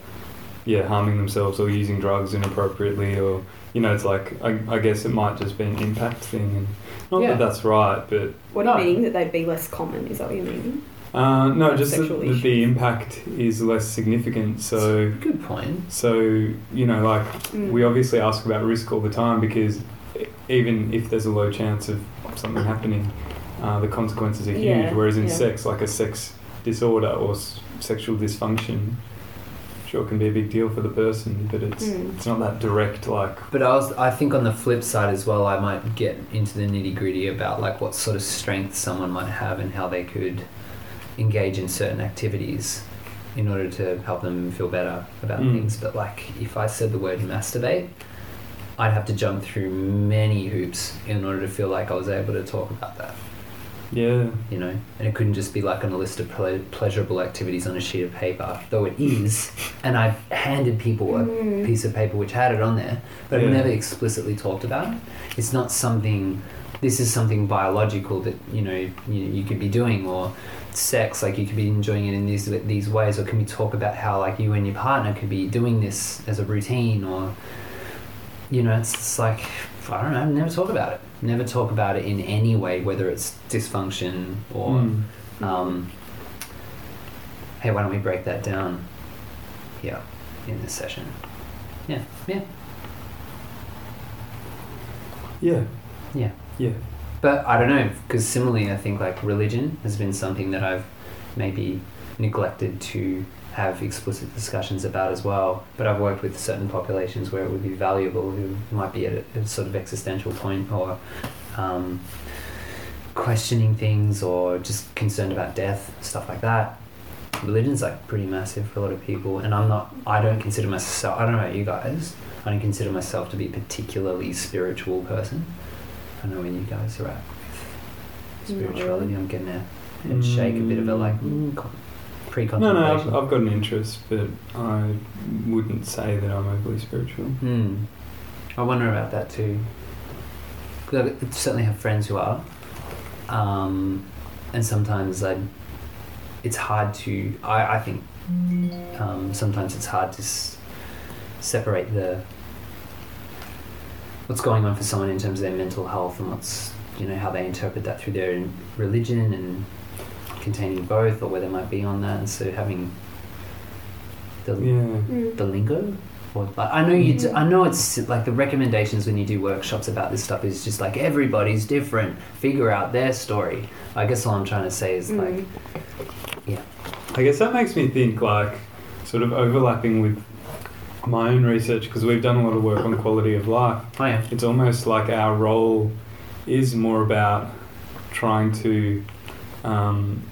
Speaker 2: yeah harming themselves or using drugs inappropriately or you know it's like I, I guess it might just be an impact thing and not
Speaker 4: Yeah.
Speaker 2: that that's right but
Speaker 3: What
Speaker 4: No.
Speaker 3: do you mean that they'd be less common? Is that what you mean?
Speaker 2: uh, no
Speaker 3: Like
Speaker 2: just that,
Speaker 3: sexual
Speaker 2: that
Speaker 3: issues.
Speaker 2: the impact is less significant so
Speaker 4: good point.
Speaker 2: so you know like
Speaker 3: Mm.
Speaker 2: we obviously ask about risk all the time because e- even if there's a low chance of something happening, uh, the consequences are huge.
Speaker 3: Yeah,
Speaker 2: Whereas in
Speaker 3: yeah.
Speaker 2: sex, like a sex disorder or s- sexual dysfunction, sure can be a big deal for the person, but it's
Speaker 3: Mm.
Speaker 2: it's not that direct. Like
Speaker 4: But I was, I think on the flip side as well, I might get into the nitty gritty about like what sort of strength someone might have and how they could engage in certain activities in order to help them feel better about
Speaker 2: Mm.
Speaker 4: things. But like if I said the word masturbate, I'd have to jump through many hoops in order to feel like I was able to talk about that,
Speaker 2: yeah,
Speaker 4: you know? And it couldn't just be like on a list of ple- pleasurable activities on a sheet of paper, though it is. And I've handed people a
Speaker 3: Mm.
Speaker 4: piece of paper which had it on there, but
Speaker 2: Yeah.
Speaker 4: we never explicitly talked about it. It's not something. This is something biological that you know you, you could be doing, or sex. Like you could be enjoying it in these these ways, or can we talk about how like you and your partner could be doing this as a routine, or you know, it's, it's like I don't know. Never talk about it. Never talk about it in any way, whether it's dysfunction or.
Speaker 2: Mm.
Speaker 4: Um, hey, why don't we break that down here in this session? Yeah, yeah.
Speaker 2: yeah,
Speaker 4: Yeah.
Speaker 2: yeah.
Speaker 4: But I don't know, because similarly, I think like religion has been something that I've maybe neglected to have explicit discussions about as well. But I've worked with certain populations where it would be valuable, who might be at a, a sort of existential point or um, questioning things or just concerned about death, stuff like that. Religion's like pretty massive for a lot of people, and I'm not. I don't consider myself. I don't know about you guys. I don't consider myself to be a particularly spiritual person. I don't know where you guys are at.
Speaker 3: Not
Speaker 4: with
Speaker 3: really.
Speaker 4: Spirituality, I'm getting a and shake a bit of a like
Speaker 2: Mm.
Speaker 4: mm, con- pre-contemplation.
Speaker 2: No, no, I've, I've got an interest, but I wouldn't say that I'm overly spiritual.
Speaker 4: Hmm. I wonder about that too. 'Cause I certainly have friends who are, um, and sometimes I, it's hard to. I, I think um, sometimes it's hard to s- separate the what's going on for someone in terms of their mental health and what's you know how they interpret that through their own religion and containing both or where they might be on that. And so having the
Speaker 2: Yeah.
Speaker 3: Mm.
Speaker 4: the lingo or like, I know you
Speaker 3: Mm-hmm.
Speaker 4: t- I know it's like the recommendations when you do workshops about this stuff is just like everybody's different figure out their story I guess all I'm trying to say is like
Speaker 3: Mm.
Speaker 2: I guess that makes me think, like, sort of overlapping with my own research, because we've done a lot of work on quality of life.
Speaker 4: oh yeah
Speaker 2: It's almost like our role is more about trying to um,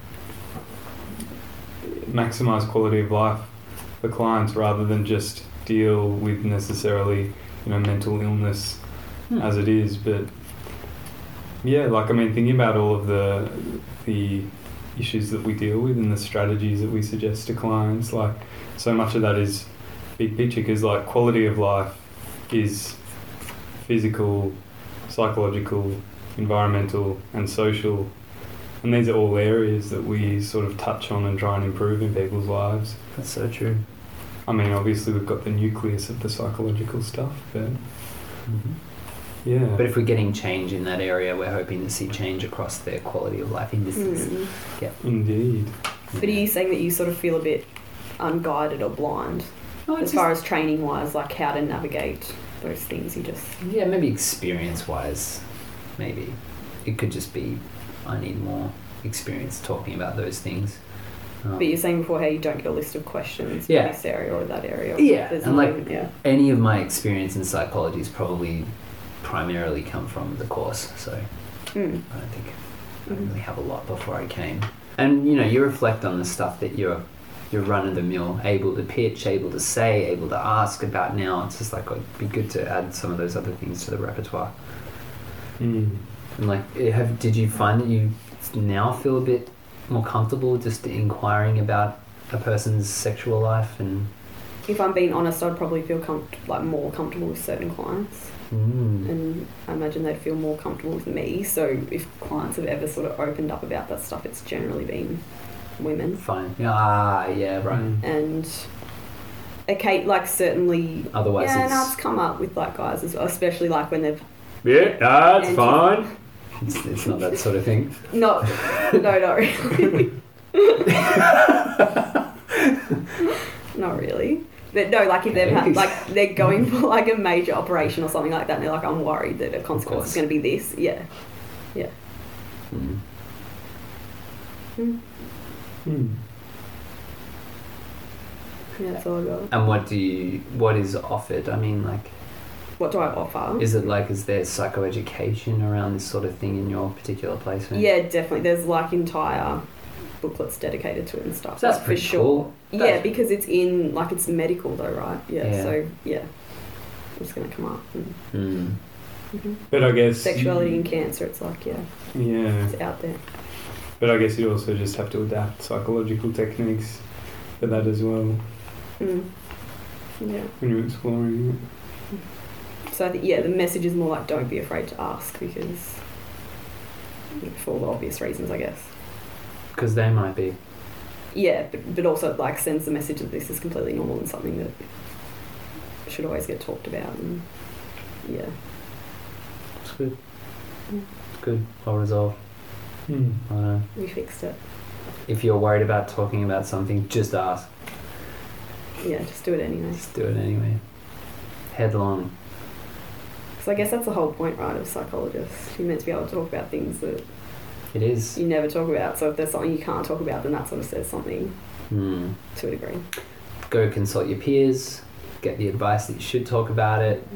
Speaker 2: maximize quality of life for clients rather than just deal with necessarily, you know, mental illness
Speaker 4: Hmm.
Speaker 2: as it is. But yeah, like I mean, thinking about all of the the issues that we deal with and the strategies that we suggest to clients, like so much of that is big picture because like quality of life is physical, psychological, environmental, and social. And these are all areas that we sort of touch on and try and improve in people's lives.
Speaker 4: that's so true
Speaker 2: I mean, obviously, we've got the nucleus of the psychological stuff, but
Speaker 4: hmm
Speaker 2: yeah.
Speaker 4: but if we're getting change in that area we're hoping to see change across their quality of life indices
Speaker 3: Mm.
Speaker 2: Indeed.
Speaker 3: But are you saying that you sort of feel a bit unguided or blind
Speaker 4: No,
Speaker 3: as
Speaker 4: it's
Speaker 3: far as training wise, like how to navigate those things? You just
Speaker 4: Yeah, maybe experience wise, maybe. It could just be I need more experience talking about those things. Um,
Speaker 3: But you're saying before how you don't get a list of questions
Speaker 4: Yeah.
Speaker 3: in this area or that area.
Speaker 4: Yeah,
Speaker 3: There's
Speaker 4: and
Speaker 3: no-
Speaker 4: like-
Speaker 3: yeah.
Speaker 4: any of my experience in psychology has probably primarily come from the course, so
Speaker 3: Mm.
Speaker 4: I don't think I
Speaker 3: Mm-hmm.
Speaker 4: didn't really have a lot before I came. And you know, you reflect on the stuff that you're you're run of the mill, able to pitch, able to say, able to ask about now. It's just like oh, it'd be good to add some of those other things to the repertoire.
Speaker 2: Mm.
Speaker 4: And like, eh, have did you find that you now feel a bit more comfortable just inquiring about a person's sexual life and?
Speaker 3: If I'm being honest, I'd probably feel com- like more comfortable with certain clients,
Speaker 4: Mm,
Speaker 3: and I imagine they'd feel more comfortable with me. So if clients have ever sort of opened up about that stuff, it's generally been women,
Speaker 4: fine. Yeah, Ah, yeah, right.
Speaker 2: Mm.
Speaker 3: and okay, like certainly.
Speaker 4: Otherwise,
Speaker 3: yeah, and it's
Speaker 4: it's,
Speaker 3: come up with like guys as well, especially like when they've
Speaker 2: Yeah, that's
Speaker 3: And-
Speaker 2: fine.
Speaker 4: it's it's not that sort of thing.
Speaker 3: not no not really not really but no like if they've had like they're going for like a major operation or something like that and they're like i'm worried that the consequence
Speaker 4: course.
Speaker 3: is going to be this yeah
Speaker 4: Mm.
Speaker 3: Mm.
Speaker 2: Mm.
Speaker 3: yeah that's all i got
Speaker 4: And what do you? What is offered? I mean, like,
Speaker 3: what do i offer
Speaker 4: is it like is there psychoeducation around this sort of thing in your particular placement?
Speaker 3: yeah definitely there's like entire booklets dedicated to it and stuff
Speaker 4: So that's
Speaker 3: like,
Speaker 4: pretty
Speaker 3: for sure
Speaker 4: cool.
Speaker 3: yeah because it's in like it's medical though right yeah,
Speaker 4: Yeah.
Speaker 3: so yeah it's going to come up and,
Speaker 4: Mm.
Speaker 3: mhm.
Speaker 2: But I guess
Speaker 3: sexuality and cancer it's like yeah
Speaker 2: Yeah,
Speaker 3: it's out there
Speaker 2: but I guess you also just have to adapt psychological techniques for that as well
Speaker 3: Mm. Yeah.
Speaker 2: when you're exploring it.
Speaker 3: So I think yeah, the message is more like don't be afraid to ask because for all the obvious reasons, I guess.
Speaker 4: Because they might be.
Speaker 3: Yeah, but, but also like sends the message that this is completely normal and something that should always get talked about and yeah.
Speaker 4: It's good.
Speaker 3: Yeah.
Speaker 4: It's good. Well resolved.
Speaker 2: Mm.
Speaker 4: I don't know.
Speaker 3: We fixed it.
Speaker 4: If you're worried about talking about something, just ask.
Speaker 3: Yeah, just do it anyway.
Speaker 4: Just do it anyway. Headlong.
Speaker 3: Because I guess that's the whole point, right, of a psychologist. You're meant to be able to talk about things that
Speaker 4: It is.
Speaker 3: you never talk about. So if there's something you can't talk about, then that sort of says something
Speaker 4: Hmm.
Speaker 3: to a degree.
Speaker 4: Go consult your peers. Get the advice that you should talk about it.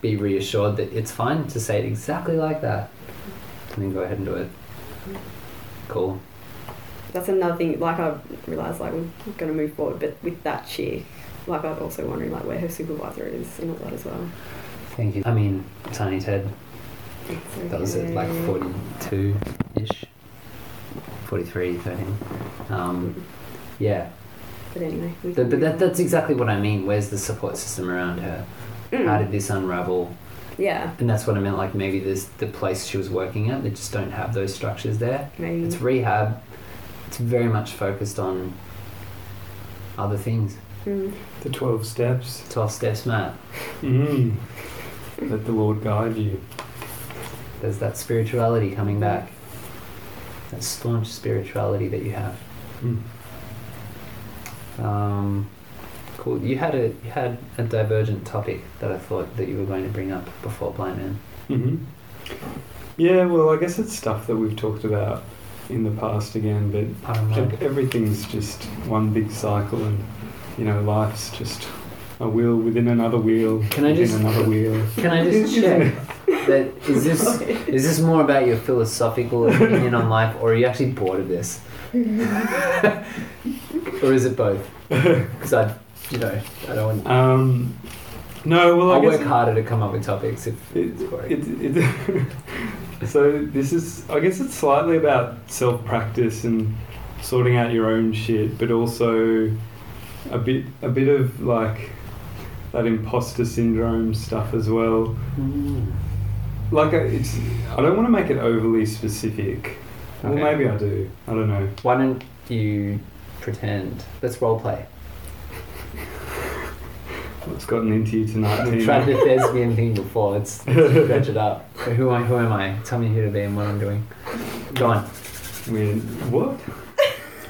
Speaker 4: Be reassured that it's fine to say it exactly like that. And then go ahead and do it. Cool.
Speaker 3: That's another thing. Like I realised, like we're going to move forward, but with that chick, like I'm also wondering like where her supervisor is and all that as well.
Speaker 4: Thank you. I mean, Tiny Ted.
Speaker 3: It's
Speaker 4: That was at like
Speaker 3: okay.
Speaker 4: 42 ish. 43, 13. Um, yeah.
Speaker 3: But anyway, we
Speaker 4: Th-
Speaker 3: can
Speaker 4: But
Speaker 3: move
Speaker 4: that,
Speaker 3: on.
Speaker 4: that's exactly what I mean. Where's the support system around her?
Speaker 3: Mm,
Speaker 4: How did this unravel?
Speaker 3: yeah,
Speaker 4: And that's what I meant. Like maybe there's the place she was working at. They just don't have those structures there.
Speaker 3: maybe
Speaker 4: It's rehab. It's very much focused on other things.
Speaker 3: mm,
Speaker 2: The twelve steps.
Speaker 4: Twelve steps, Matt.
Speaker 2: Mm. Let the Lord guide you.
Speaker 4: There's that spirituality coming back. That staunch spirituality that you have.
Speaker 2: Mm.
Speaker 4: Um, cool. You had a you had a divergent topic that I thought that you were going to bring up before Blind Man.
Speaker 2: hmm Yeah, well, I guess it's stuff that we've talked about in the past again, but
Speaker 4: I don't know.
Speaker 2: Ev- Everything's just one big cycle, and you know, life's just a wheel within another wheel.
Speaker 4: Can I
Speaker 2: within
Speaker 4: just-
Speaker 2: another wheel?
Speaker 4: Can I just check that is this is this more about your philosophical opinion on life, or are you actually bored of this, or is it both? Because I, you know, I don't. Want,
Speaker 2: Um, no, well, I
Speaker 4: I'll
Speaker 2: guess
Speaker 4: work harder to come up with topics if it's boring.
Speaker 2: It, it, so this is, I guess, it's slightly about self practice and sorting out your own shit, but also a bit, a bit of like that imposter syndrome stuff as well.
Speaker 4: Mm.
Speaker 2: Like, I- it's, I don't want to make it overly specific. Well,
Speaker 4: Okay.
Speaker 2: maybe I do. I don't know.
Speaker 4: Why don't you pretend? Let's role play.
Speaker 2: What's gotten into you tonight?
Speaker 4: I've
Speaker 2: Tina?
Speaker 4: tried the thespian thing before. Let's, let's stretch it up. Who am, who am I? Tell me who to be and what I'm doing. Go on.
Speaker 2: I mean, what?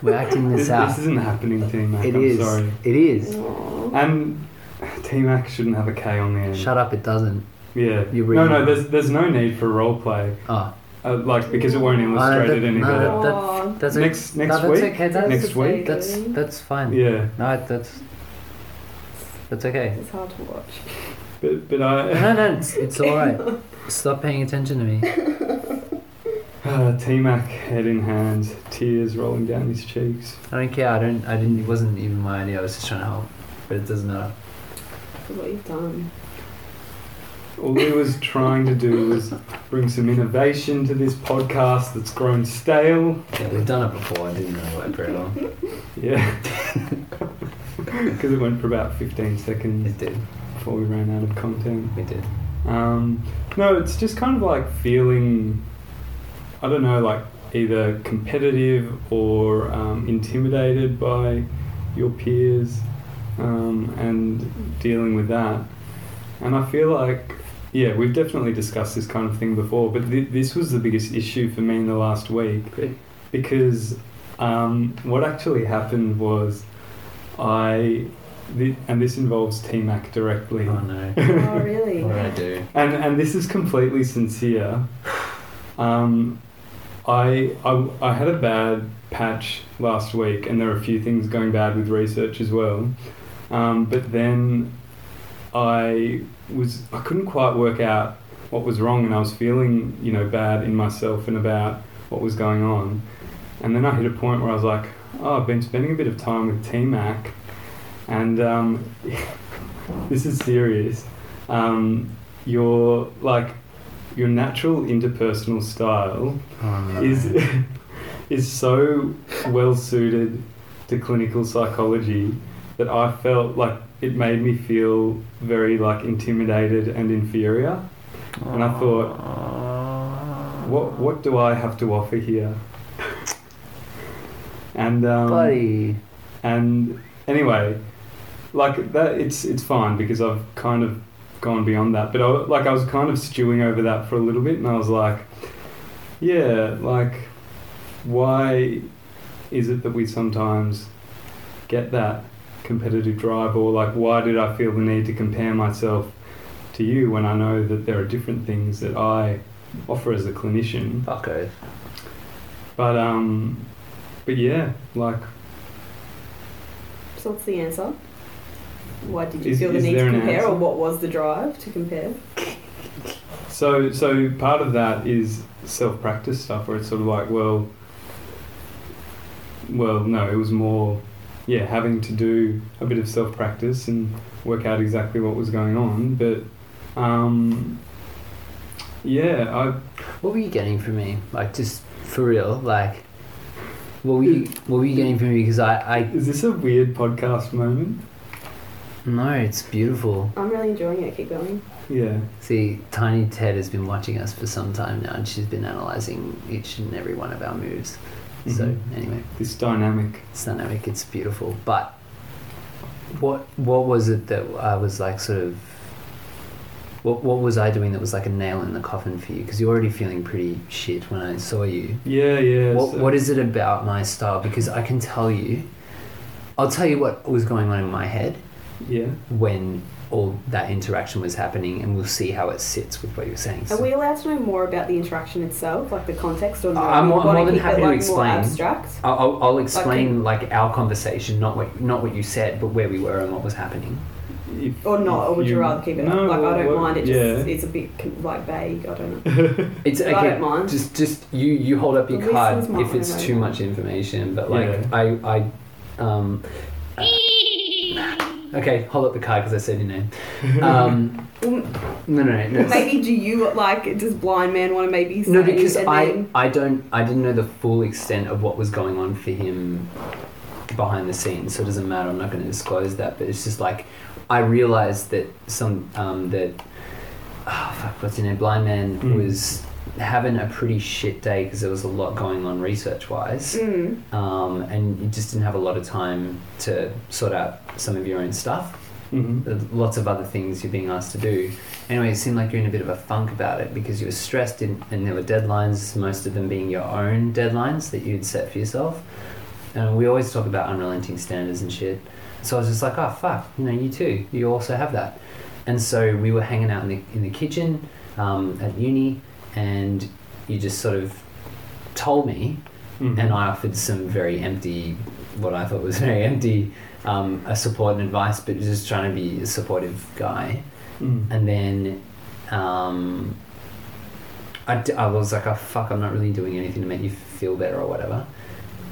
Speaker 4: We're acting
Speaker 2: This,
Speaker 4: this out.
Speaker 2: this is an happening team. Mac,
Speaker 4: It
Speaker 2: I'm
Speaker 4: is.
Speaker 2: sorry.
Speaker 4: It is.
Speaker 3: Aw.
Speaker 2: And Team Mac shouldn't have a K on the end.
Speaker 4: Shut up! It doesn't.
Speaker 2: Yeah.
Speaker 4: You
Speaker 2: no,
Speaker 4: read-
Speaker 2: no. There's there's no need for role play,
Speaker 4: Oh,
Speaker 2: uh, like because it won't
Speaker 4: Uh,
Speaker 2: illustrate
Speaker 4: that-
Speaker 2: it any
Speaker 4: no,
Speaker 2: better.
Speaker 3: Aw.
Speaker 4: that, that's o-
Speaker 2: Next
Speaker 4: no,
Speaker 2: next
Speaker 4: that's
Speaker 2: week.
Speaker 4: okay. That's
Speaker 2: Next
Speaker 3: the
Speaker 2: week?
Speaker 3: thing.
Speaker 4: that's that's fine.
Speaker 2: Yeah.
Speaker 4: No, that's that's okay.
Speaker 3: It's hard to watch.
Speaker 2: But but I
Speaker 4: No, no, it's, it's all right. Stop paying attention to me.
Speaker 2: uh, T Mac head in hand, tears rolling down his cheeks.
Speaker 4: I don't care. I don't. I didn't. It wasn't even my idea. I was just trying to help. But it doesn't matter.
Speaker 3: Look What you've done.
Speaker 2: All he was trying to do was bring some innovation to this podcast that's grown stale.
Speaker 4: Yeah, we've done it before. I didn't know what very long.
Speaker 2: Yeah. Because it went for about 15 seconds
Speaker 4: It did.
Speaker 2: before we ran out of content.
Speaker 4: We did.
Speaker 2: Um, no, it's just kind of like feeling, I don't know, like either competitive or um, intimidated by your peers um, and dealing with that. And I feel like, yeah, we've definitely discussed this kind of thing before, but th- this was the biggest issue for me in the last week
Speaker 4: Good.
Speaker 2: because um, what actually happened was I, th- and this involves TMAC
Speaker 4: Oh
Speaker 2: directly.
Speaker 4: no.
Speaker 3: Oh, really?
Speaker 4: What did I do?
Speaker 2: and and this is completely sincere. Um, I, I I had a bad patch last week, and there are a few things going bad with research as well. Um, but then I was I couldn't quite work out what was wrong, and I was feeling you know bad in myself and about what was going on. And then I hit a point where I was like, oh, I've been spending a bit of time with TMAC, and um, this is serious. Um, your like your natural interpersonal style
Speaker 4: Oh, no.
Speaker 2: is is so well suited to clinical psychology that I felt like it made me feel very like intimidated and inferior and I thought what what do I have to offer here and um,
Speaker 4: buddy?
Speaker 2: and anyway, like that, it's it's fine because I've kind of gone beyond that. But I, like I was kind of stewing over that for a little bit, and I was like, yeah, like why is it that we sometimes get that competitive drive, or like why did I feel the need to compare myself to you when I know that there are different things that I offer as a clinician?
Speaker 4: Fuck oath.
Speaker 2: But um, but yeah, like
Speaker 3: So what's the answer? Why did you
Speaker 2: Is-
Speaker 3: feel the
Speaker 2: is
Speaker 3: need to
Speaker 2: there an
Speaker 3: compare, or
Speaker 2: answer?
Speaker 3: what was the drive to compare?
Speaker 2: So, so part of that is self practice stuff, where it's sort of like, well, well, no, it was more, yeah, having to do a bit of self practice and work out exactly what was going on. But, um, yeah, I
Speaker 4: What were you getting from me? Like, just for real, like, what were you, what were you getting from me? Because I, I,
Speaker 2: is this a weird podcast moment?
Speaker 4: no, it's beautiful.
Speaker 3: I'm really enjoying it. Keep going.
Speaker 2: Yeah,
Speaker 4: See, Tiny Ted has been watching us for some time now, and she's been analysing each and every one of our moves. So,
Speaker 2: Mhm.
Speaker 4: anyway,
Speaker 2: this dynamic.
Speaker 4: it's dynamic. It's beautiful. But what, what was it that I was like, sort of? What, what was I doing that was like a nail in the coffin for you? Because you're already feeling pretty shit when I saw you.
Speaker 2: Yeah, yeah.
Speaker 4: What,
Speaker 2: so-
Speaker 4: what is it about my style? Because I can tell you, I'll tell you what was going on in my head
Speaker 2: Yeah.
Speaker 4: when all that interaction was happening, and we'll see how it sits with what you're saying.
Speaker 3: Are
Speaker 4: So-
Speaker 3: we allowed to know more about the interaction itself, like the context, or no?
Speaker 4: I'm
Speaker 3: You
Speaker 4: more- I'm
Speaker 3: wanna
Speaker 4: more than
Speaker 3: keep
Speaker 4: happy
Speaker 3: it,
Speaker 4: to
Speaker 3: like, More
Speaker 4: explain.
Speaker 3: abstract.
Speaker 4: I'll, I'll- I'll explain like our conversation, not what not what you said, but where we were and what was happening.
Speaker 2: If-
Speaker 3: Or not, or would you,
Speaker 2: you-
Speaker 3: rather keep it?
Speaker 2: No,
Speaker 3: like I don't
Speaker 2: well,
Speaker 3: mind. It just
Speaker 2: yeah.
Speaker 3: it's a bit like vague. I don't know.
Speaker 4: It's
Speaker 3: I
Speaker 4: okay.
Speaker 3: don't mind.
Speaker 4: Just just you you hold up your
Speaker 3: This
Speaker 4: card
Speaker 3: is my
Speaker 4: if it's
Speaker 3: own.
Speaker 4: too much information, but like
Speaker 2: Yeah.
Speaker 4: I I um. okay, hold up the card because I said your name. Um, no, no, no, no.
Speaker 3: Maybe do you like does blind man want to maybe say
Speaker 4: No, because
Speaker 3: and
Speaker 4: I,
Speaker 3: then-
Speaker 4: I don't I didn't know the full extent of what was going on for him behind the scenes, so it doesn't matter. I'm not going to disclose that, but it's just like I realized that some um, that oh, fuck what's in name blind man
Speaker 2: Mm.
Speaker 4: was having a pretty shit day because there was a lot going on research wise,
Speaker 3: Mm,
Speaker 4: um, and you just didn't have a lot of time to sort out some of your own stuff
Speaker 2: Mhm.
Speaker 4: lots of other things you're being asked to do. Anyway, it seemed like you're in a bit of a funk about it because you were stressed in, and there were deadlines, most of them being your own deadlines that you'd set for yourself. And we always talk about unrelenting standards and shit. So I was just like, oh fuck, you know, you too, you also have that. And so we were hanging out in the in the kitchen um, at uni, and you just sort of told me
Speaker 2: Mhm.
Speaker 4: and I offered some very empty, what I thought was very empty, um, a support and advice, but just trying to be a supportive guy.
Speaker 2: Mm.
Speaker 4: And then um, I, d- I was like, oh, fuck, I'm not really doing anything to make you feel better or whatever.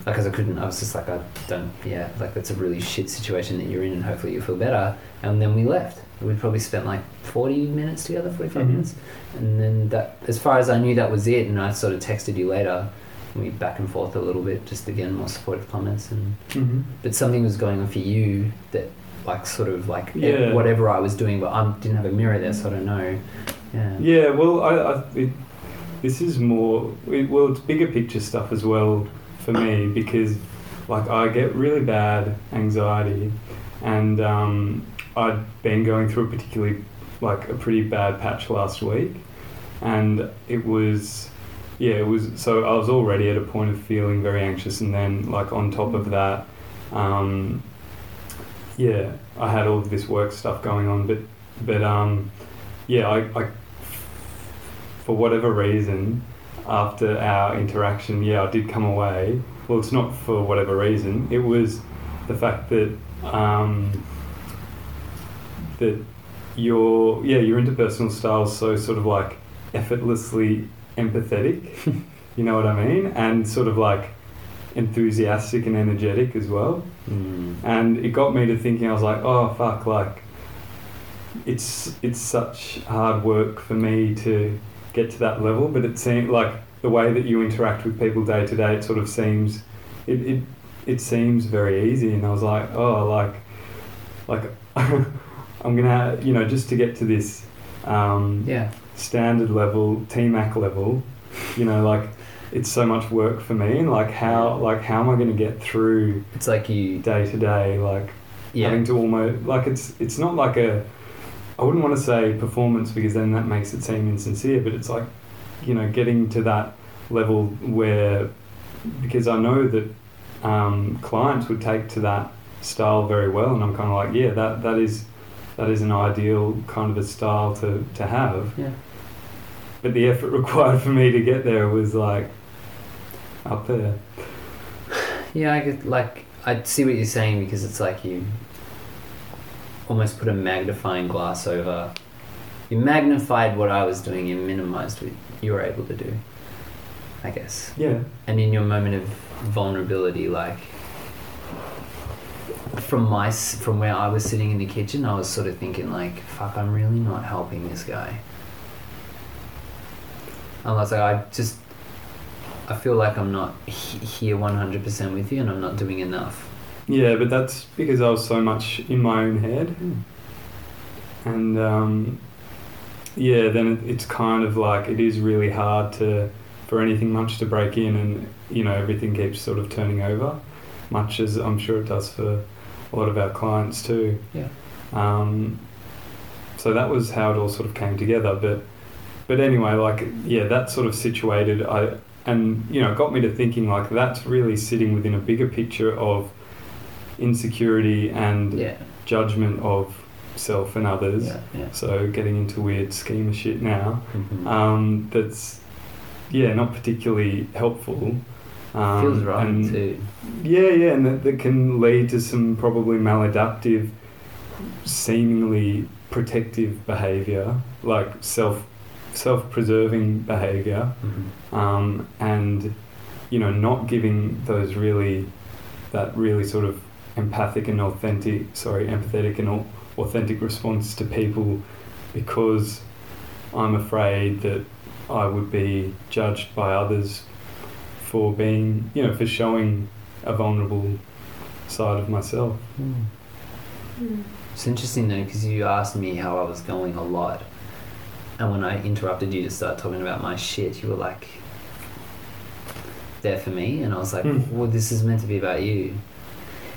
Speaker 4: Because I couldn't, I was just like, I don't, yeah, like that's a really shit situation that you're in, and hopefully you feel better. And then we left. We probably spent like 40 minutes together, 45
Speaker 2: Mhm.
Speaker 4: minutes. And then that, as far as I knew, that was it. And I sort of texted you later. and We back and forth a little bit, just again, more supportive comments. And
Speaker 2: Mhm.
Speaker 4: but something was going on for you that like sort of like e-
Speaker 2: Yeah.
Speaker 4: whatever I was doing, but I didn't have a mirror there, so I don't know. Yeah.
Speaker 2: Yeah, well, I, I it, this is more it, well, it's bigger picture stuff as well for me because, like, I get really bad anxiety, and um, I'd been going through a particularly like a pretty bad patch last week, and it was. Yeah, it was. So I was already at a point of feeling very anxious, and then, like, on top of that, um, yeah, I had all of this work stuff going on, but, but, um, yeah, I, I for whatever reason, after our interaction, yeah, I did come away. Well, it's not for whatever reason. It was the fact that um, that your yeah your interpersonal style is so sort of like effortlessly empathetic. you know what I mean? And sort of like enthusiastic and energetic as well
Speaker 4: Mm.
Speaker 2: and it got me to thinking. I was like, oh fuck, like it's it's such hard work for me to get to that level. But it seems like the way that you interact with people day to day, it sort of seems it it, it seems very easy. And I was like, oh, like like I'm gonna you know just to get to this um,
Speaker 4: Yeah.
Speaker 2: standard level, TMAC level, you know, like. It's so much work for me, and like how, like how am I going to get through
Speaker 4: It's like you.
Speaker 2: day to day? Like,
Speaker 4: Yeah.
Speaker 2: having to almost like it's it's not like a I wouldn't want to say performance because then that makes it seem insincere, but it's like you know getting to that level where because I know that um, clients would take to that style very well, and I'm kind of like yeah that that is that is an ideal kind of a style to to have.
Speaker 4: Yeah.
Speaker 2: But the effort required for me to get there was like up there.
Speaker 4: Yeah. I get like I see what you're saying because it's like you almost put a magnifying glass over. You magnified what I was doing and minimized what you were able to do. I guess.
Speaker 2: Yeah.
Speaker 4: and in your moment of vulnerability like from my s- from where i was sitting in the kitchen i was sort of thinking like fuck i'm really not helping this guy and i was like i just i feel like i'm not he- here 100% with you and i'm not doing enough
Speaker 2: Yeah, but that's because I was so much in my own head. and um, yeah, then it, it's kind of like it is really hard to for anything much to break in, and you know everything keeps sort of turning over, much as I'm sure it does for a lot of our clients too.
Speaker 4: Yeah.
Speaker 2: Um, so that was how it all sort of came together, but but anyway, like yeah, that sort of situated I and you know it got me to thinking like that's really sitting within a bigger picture of insecurity and
Speaker 4: yeah
Speaker 2: judgment of self and others.
Speaker 4: yeah yeah
Speaker 2: So getting into weird schema shit now.
Speaker 4: Mhm.
Speaker 2: Um, that's yeah, not particularly helpful. Um,
Speaker 4: feels right
Speaker 2: and-
Speaker 4: too
Speaker 2: Yeah, yeah, and that, that can lead to some probably maladaptive, seemingly protective behaviour, like self self preserving behaviour
Speaker 4: Mhm.
Speaker 2: um, and you know not giving those really that really sort of empathic and authentic sorry empathetic and au- authentic response to people because I'm afraid that I would be judged by others for being you know for showing a vulnerable side of myself
Speaker 4: Mm.
Speaker 3: hmm,
Speaker 4: It's interesting though, because you asked me how I was going a lot, and when I interrupted you to start talking about my shit, you were like, there for me, and I was like,
Speaker 2: Hmm.
Speaker 4: well, this is meant to be about you.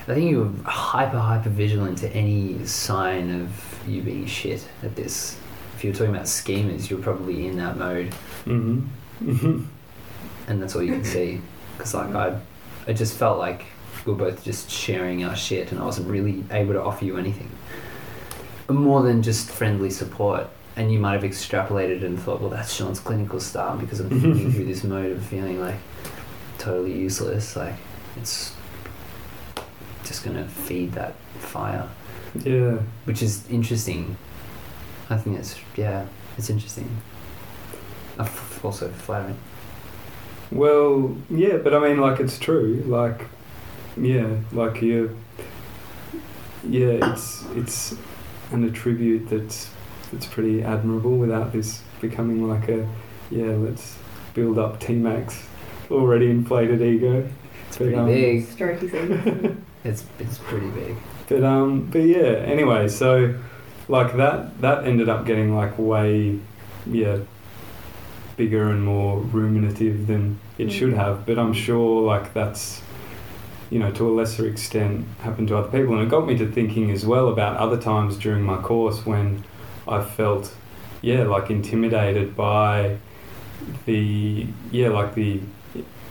Speaker 4: I think you were hyper, hyper vigilant to any sign of you being shit at this. If you were talking about schemers, you were probably in that mode,
Speaker 2: mm-hmm. Mm-hmm.
Speaker 4: and that's all you can see. Because like I, I just felt like we were both just sharing our shit, and I wasn't really able to offer you anything more than just friendly support. And you might have extrapolated and thought, well, that's Sean's clinical style because I'm thinking through this mode of feeling like totally useless. Like it's just gonna feed that fire,
Speaker 2: Yeah.
Speaker 4: which is interesting. I think it's yeah, it's interesting. Uh, f- Also flattering.
Speaker 2: Well, yeah, but I mean, like, it's true. Like, yeah, like you. Yeah, it's it's an attribute that's that's pretty admirable without this becoming like a yeah. Let's build up T Max already inflated ego.
Speaker 4: It's
Speaker 2: But,
Speaker 4: pretty
Speaker 2: um,
Speaker 4: big.
Speaker 3: Stroke his ego.
Speaker 4: It's it's pretty big.
Speaker 2: But um, but yeah. Anyway, so like that that ended up getting like way, yeah, bigger and more ruminative than it
Speaker 3: Mm.
Speaker 2: should have. But I'm sure like that's, you know, to a lesser extent happened to other people, and it got me to thinking as well about other times during my course when I felt, yeah, like intimidated by the yeah like the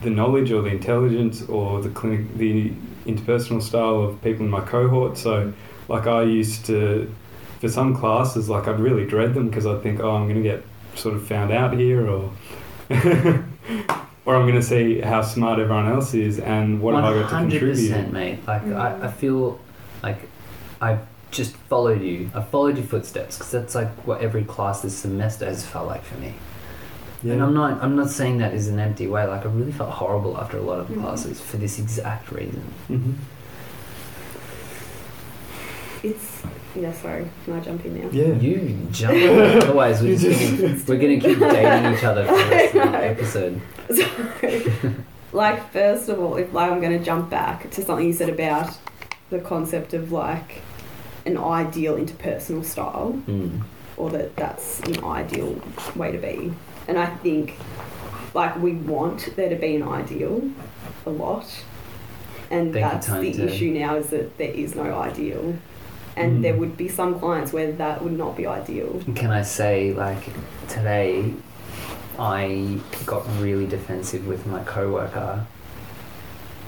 Speaker 2: the knowledge or the intelligence or the clinic the interpersonal style of people in my cohort so like i used to for some classes like i'd really dread them because i'd think oh i'm going to get sort of found out here or or i'm going to see how smart everyone else is and what have i got to
Speaker 4: 100%,
Speaker 2: contribute
Speaker 4: mate. Like
Speaker 3: Mm.
Speaker 4: I, I feel like I just followed you. I followed your footsteps because that's like what every class this semester has felt like for me. And I'm not I'm not saying that is an empty way. Like I really felt horrible after a lot of the
Speaker 3: Mhm.
Speaker 4: classes for this exact reason.
Speaker 2: Mhm.
Speaker 3: it's yeah. Sorry, can I jump in now?
Speaker 2: yeah
Speaker 4: You jump. Otherwise, we're
Speaker 2: You
Speaker 4: just gonna, we're gonna keep dating each other for the rest of
Speaker 3: I know.
Speaker 4: the episode.
Speaker 3: So, like, first of all, if like I'm going to jump back to something you said about the concept of like an ideal interpersonal style,
Speaker 4: Mm.
Speaker 3: or that that's an ideal way to be, and I think like we want there to be an ideal a lot, and
Speaker 4: Thank you,
Speaker 3: that's
Speaker 4: Tony,
Speaker 3: the
Speaker 4: too.
Speaker 3: issue now is that there is no ideal. And
Speaker 2: Mm.
Speaker 3: there would be some clients where that would not be ideal.
Speaker 4: Can I say like today? I got really defensive with my coworker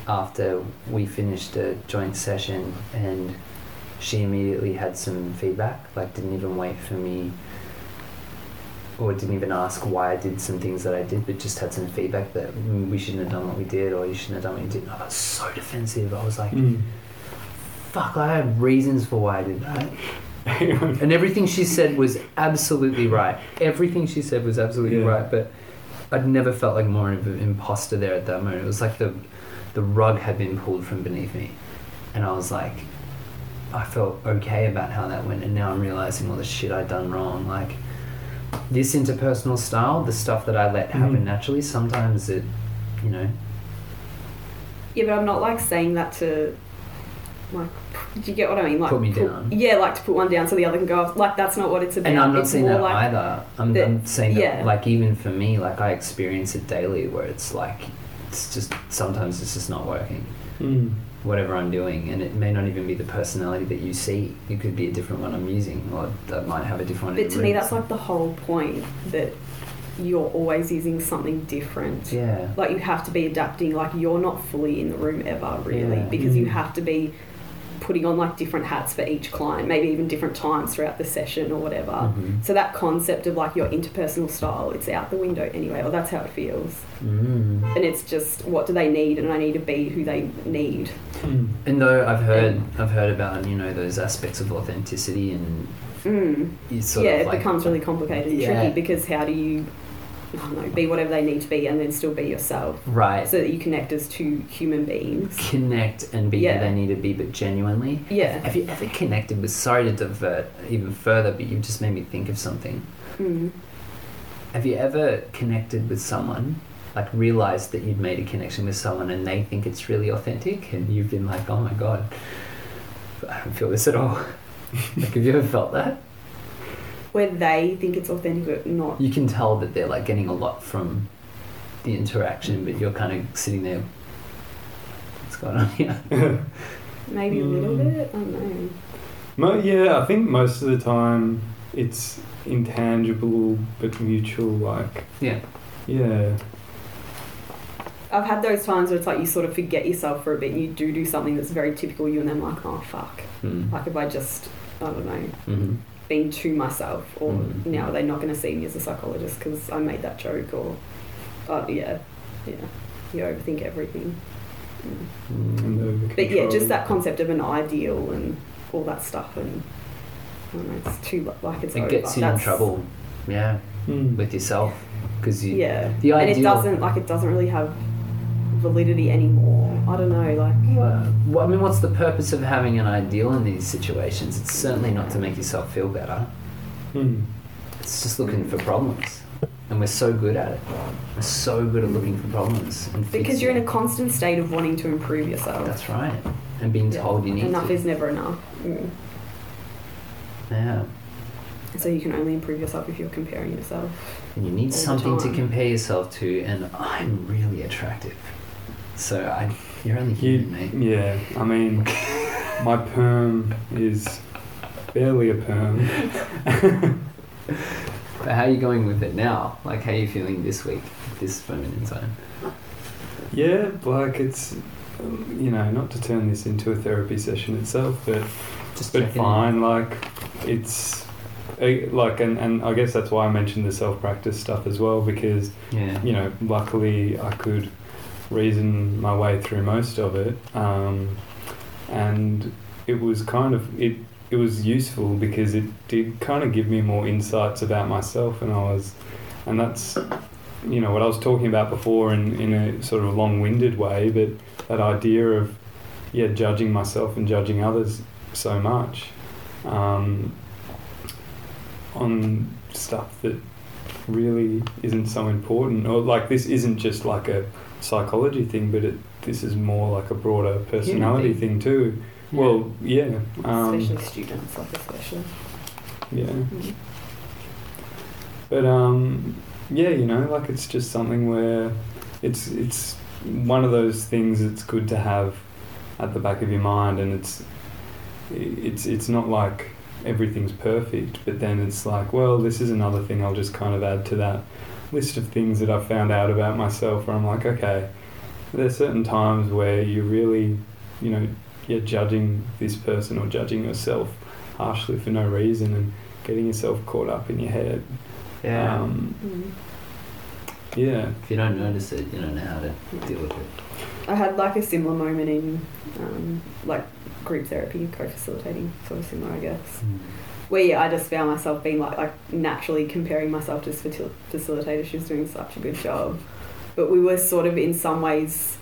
Speaker 4: after we finished a joint session, and she immediately had some feedback. Like, didn't even wait for me, or didn't even ask why I did some things that I did, but just had some feedback that "Mm, we shouldn't have done what we did, or you shouldn't have done what you did. And I got so defensive. I was like,
Speaker 2: Mm.
Speaker 4: fuck, I have reasons for why I did that. And everything she said was absolutely right. Everything she said was absolutely
Speaker 2: Yeah.
Speaker 4: right, but I'd never felt like more of an imposter there at that moment. It was like the the rug had been pulled from beneath me. And I was like I felt okay about how that went and now I'm realizing all the shit I'd done wrong. Like this interpersonal style, the stuff that I let happen
Speaker 2: Mhm.
Speaker 4: naturally, sometimes it you know,
Speaker 3: Yeah, but I'm not like saying that to like. p- Do you get what I mean? Like
Speaker 4: Put me down.
Speaker 3: Yeah, like to put one down so the other can go off. Like that's not what it's about.
Speaker 4: And I'm not
Speaker 3: It's
Speaker 4: saying
Speaker 3: more
Speaker 4: that
Speaker 3: like,
Speaker 4: either. I'm,
Speaker 3: that-
Speaker 4: I'm saying
Speaker 3: yeah.
Speaker 4: that, like, even for me, like, I experience it daily where it's like, it's just sometimes it's just not working,
Speaker 2: Mm.
Speaker 4: whatever I'm doing. And it may not even be the personality that you see. It could be a different one I'm using, or that might have a different one. in
Speaker 3: But
Speaker 4: the
Speaker 3: to me,
Speaker 4: room.
Speaker 3: that's like the whole point that you're always using something different.
Speaker 4: Yeah.
Speaker 3: Like you have to be adapting. Like you're not fully in the room ever, really,
Speaker 4: Yeah.
Speaker 3: because you
Speaker 2: Mm.
Speaker 3: have to be putting on like different hats for each client, maybe even different times throughout the session or whatever.
Speaker 4: Mhm.
Speaker 3: So that concept of like your interpersonal style, it's out the window anyway, or that's how it feels.
Speaker 4: Mm.
Speaker 3: and it's just what do they need and i need to be who they need
Speaker 2: Mm.
Speaker 4: And though I've heard, I've heard about you know those aspects of authenticity and
Speaker 3: mm.
Speaker 4: it's sort
Speaker 3: yeah
Speaker 4: of
Speaker 3: it
Speaker 4: like
Speaker 3: becomes really complicated and
Speaker 4: Yeah.
Speaker 3: tricky because how do you I don't know, be whatever they need to be and then still be yourself
Speaker 4: right
Speaker 3: so that you connect as two human beings
Speaker 4: connect and be
Speaker 3: Yeah.
Speaker 4: who they need to be, but genuinely.
Speaker 3: yeah
Speaker 4: Have you ever connected with? Sorry to divert even further, but you've just made me think of something.
Speaker 3: mm.
Speaker 4: Have you ever connected with someone, like realized that you'd made a connection with someone and they think it's really authentic, and you've been like, oh my god, I don't feel this at all. like, have you ever felt that?
Speaker 3: where they think it's authentic but not
Speaker 4: You can tell that they're like getting a lot from the interaction, but you're kind of sitting there. What's going on here?
Speaker 3: maybe a little
Speaker 4: Hmm.
Speaker 2: Mm.
Speaker 3: bit i don't know
Speaker 2: Mo- yeah, I think most of the time it's intangible but mutual. Like
Speaker 4: Yeah.
Speaker 2: yeah,
Speaker 3: I've had those times where it's like you sort of forget yourself for a bit and you do do something that's very typical you and then like, oh fuck.
Speaker 4: Hmm.
Speaker 3: Like if I just, I don't know,
Speaker 1: Mm-hmm.
Speaker 3: been to myself or
Speaker 1: Mm.
Speaker 4: Hmm.
Speaker 3: now they're not going to see me as a psychologist because I made that joke or, oh yeah, yeah, you overthink everything. Mm.
Speaker 2: And over
Speaker 3: But yeah,
Speaker 2: control.
Speaker 3: just that concept of an ideal and all that stuff and I don't know, it's too, like it's
Speaker 4: It
Speaker 3: over.
Speaker 4: gets you in
Speaker 3: That's-
Speaker 4: trouble, yeah,
Speaker 2: Mm.
Speaker 4: with yourself because you.
Speaker 3: Yeah.
Speaker 4: The
Speaker 3: and it
Speaker 4: ideal-
Speaker 3: doesn't, like it doesn't really have validity anymore. I don't know, like...
Speaker 4: Well, I mean, what's the purpose of having an ideal in these situations? It's certainly not to make yourself feel better.
Speaker 2: Mm.
Speaker 4: It's just looking for problems, and we're so good at it. We're so good at looking for problems and
Speaker 3: Because
Speaker 4: fixing
Speaker 3: you're in a
Speaker 4: it.
Speaker 3: constant state of wanting to improve yourself.
Speaker 4: That's right, and being
Speaker 3: Yeah.
Speaker 4: told you need
Speaker 3: enough
Speaker 4: to.
Speaker 3: is never enough. Mm.
Speaker 4: yeah,
Speaker 3: So you can only improve yourself if you're comparing yourself.
Speaker 4: and you
Speaker 3: all
Speaker 4: need
Speaker 3: the
Speaker 4: something to
Speaker 3: time.
Speaker 4: compare yourself to. And I'm really attractive, so I. You're only
Speaker 2: You,
Speaker 4: human, mate.
Speaker 2: yeah, I mean, my perm is barely a perm.
Speaker 4: But how are you going with it now? Like, how are you feeling this week, this moment in time?
Speaker 2: Yeah, like it's, um, you know, not to turn this into a therapy session itself, but
Speaker 4: Just
Speaker 2: but
Speaker 4: checking in.
Speaker 2: fine. Like it's eh, like, and, and I guess that's why I mentioned the self practice stuff as well because
Speaker 4: Yeah.
Speaker 2: you know, luckily I could reason my way through most of it, um, and it was kind of it. It was useful because it did kind of give me more insights about myself, and I was, and that's, you know, what I was talking about before in in a sort of long-winded way, but that idea of, yeah, judging myself and judging others so much, um, on stuff that really isn't so important or like this isn't just like a psychology thing but it this is more like a broader personality thing.
Speaker 4: thing.
Speaker 2: too well yeah um,
Speaker 3: especially students, like especially. Mm-hmm.
Speaker 2: yeah but um yeah you know like it's just something where it's it's one of those things it's good to have at the back of your mind and it's it's it's not like everything's perfect but then it's like well this is another thing I'll just kind of add to that list of things that I've found out about myself where I'm like okay there's certain times where you really you know you're judging this person or judging yourself harshly for no reason and getting yourself caught up in your head
Speaker 4: Yeah.
Speaker 2: um,
Speaker 3: Mm.
Speaker 2: yeah.
Speaker 4: if you don't notice it, you don't know how to deal with it.
Speaker 3: I had like a similar moment in um, like group therapy, co-facilitating, sort of similar, I guess.
Speaker 4: Hmm.
Speaker 3: Where yeah, I just found myself being like like naturally comparing myself to this facil- facilitator. She was doing such a good job, but we were sort of in some ways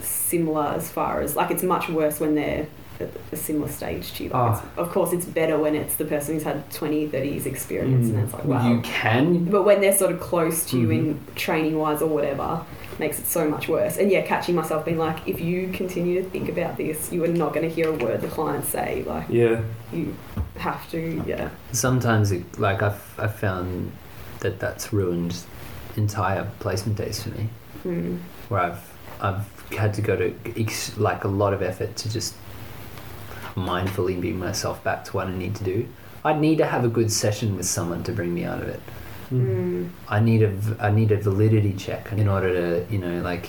Speaker 3: similar as far as like it's much worse when they're at a similar stage
Speaker 4: Oh.
Speaker 3: to you. Like,
Speaker 4: Ah,
Speaker 3: it's- of course, it's better when it's the person who's had 20, 30 years experience,
Speaker 2: Mm.
Speaker 3: and it's like wow.
Speaker 4: You can.
Speaker 3: But when they're sort of close to you in training wise or whatever, makes it so much worse. And yeah, catching myself being like, if you continue to think about this, you are not going to hear a word the clients say. Like,
Speaker 2: Yeah.
Speaker 3: you have to, yeah.
Speaker 4: Sometimes, it, like I've, I've found that that's ruined entire placement days for me,
Speaker 3: Mm.
Speaker 4: where I've I've had to go to ex- like a lot of effort to just mindfully bring myself back to what I need to do. I need to have a good session with someone to bring me out of it.
Speaker 2: Mm.
Speaker 3: Mm.
Speaker 4: I need a v- I need a validity check in order to you know like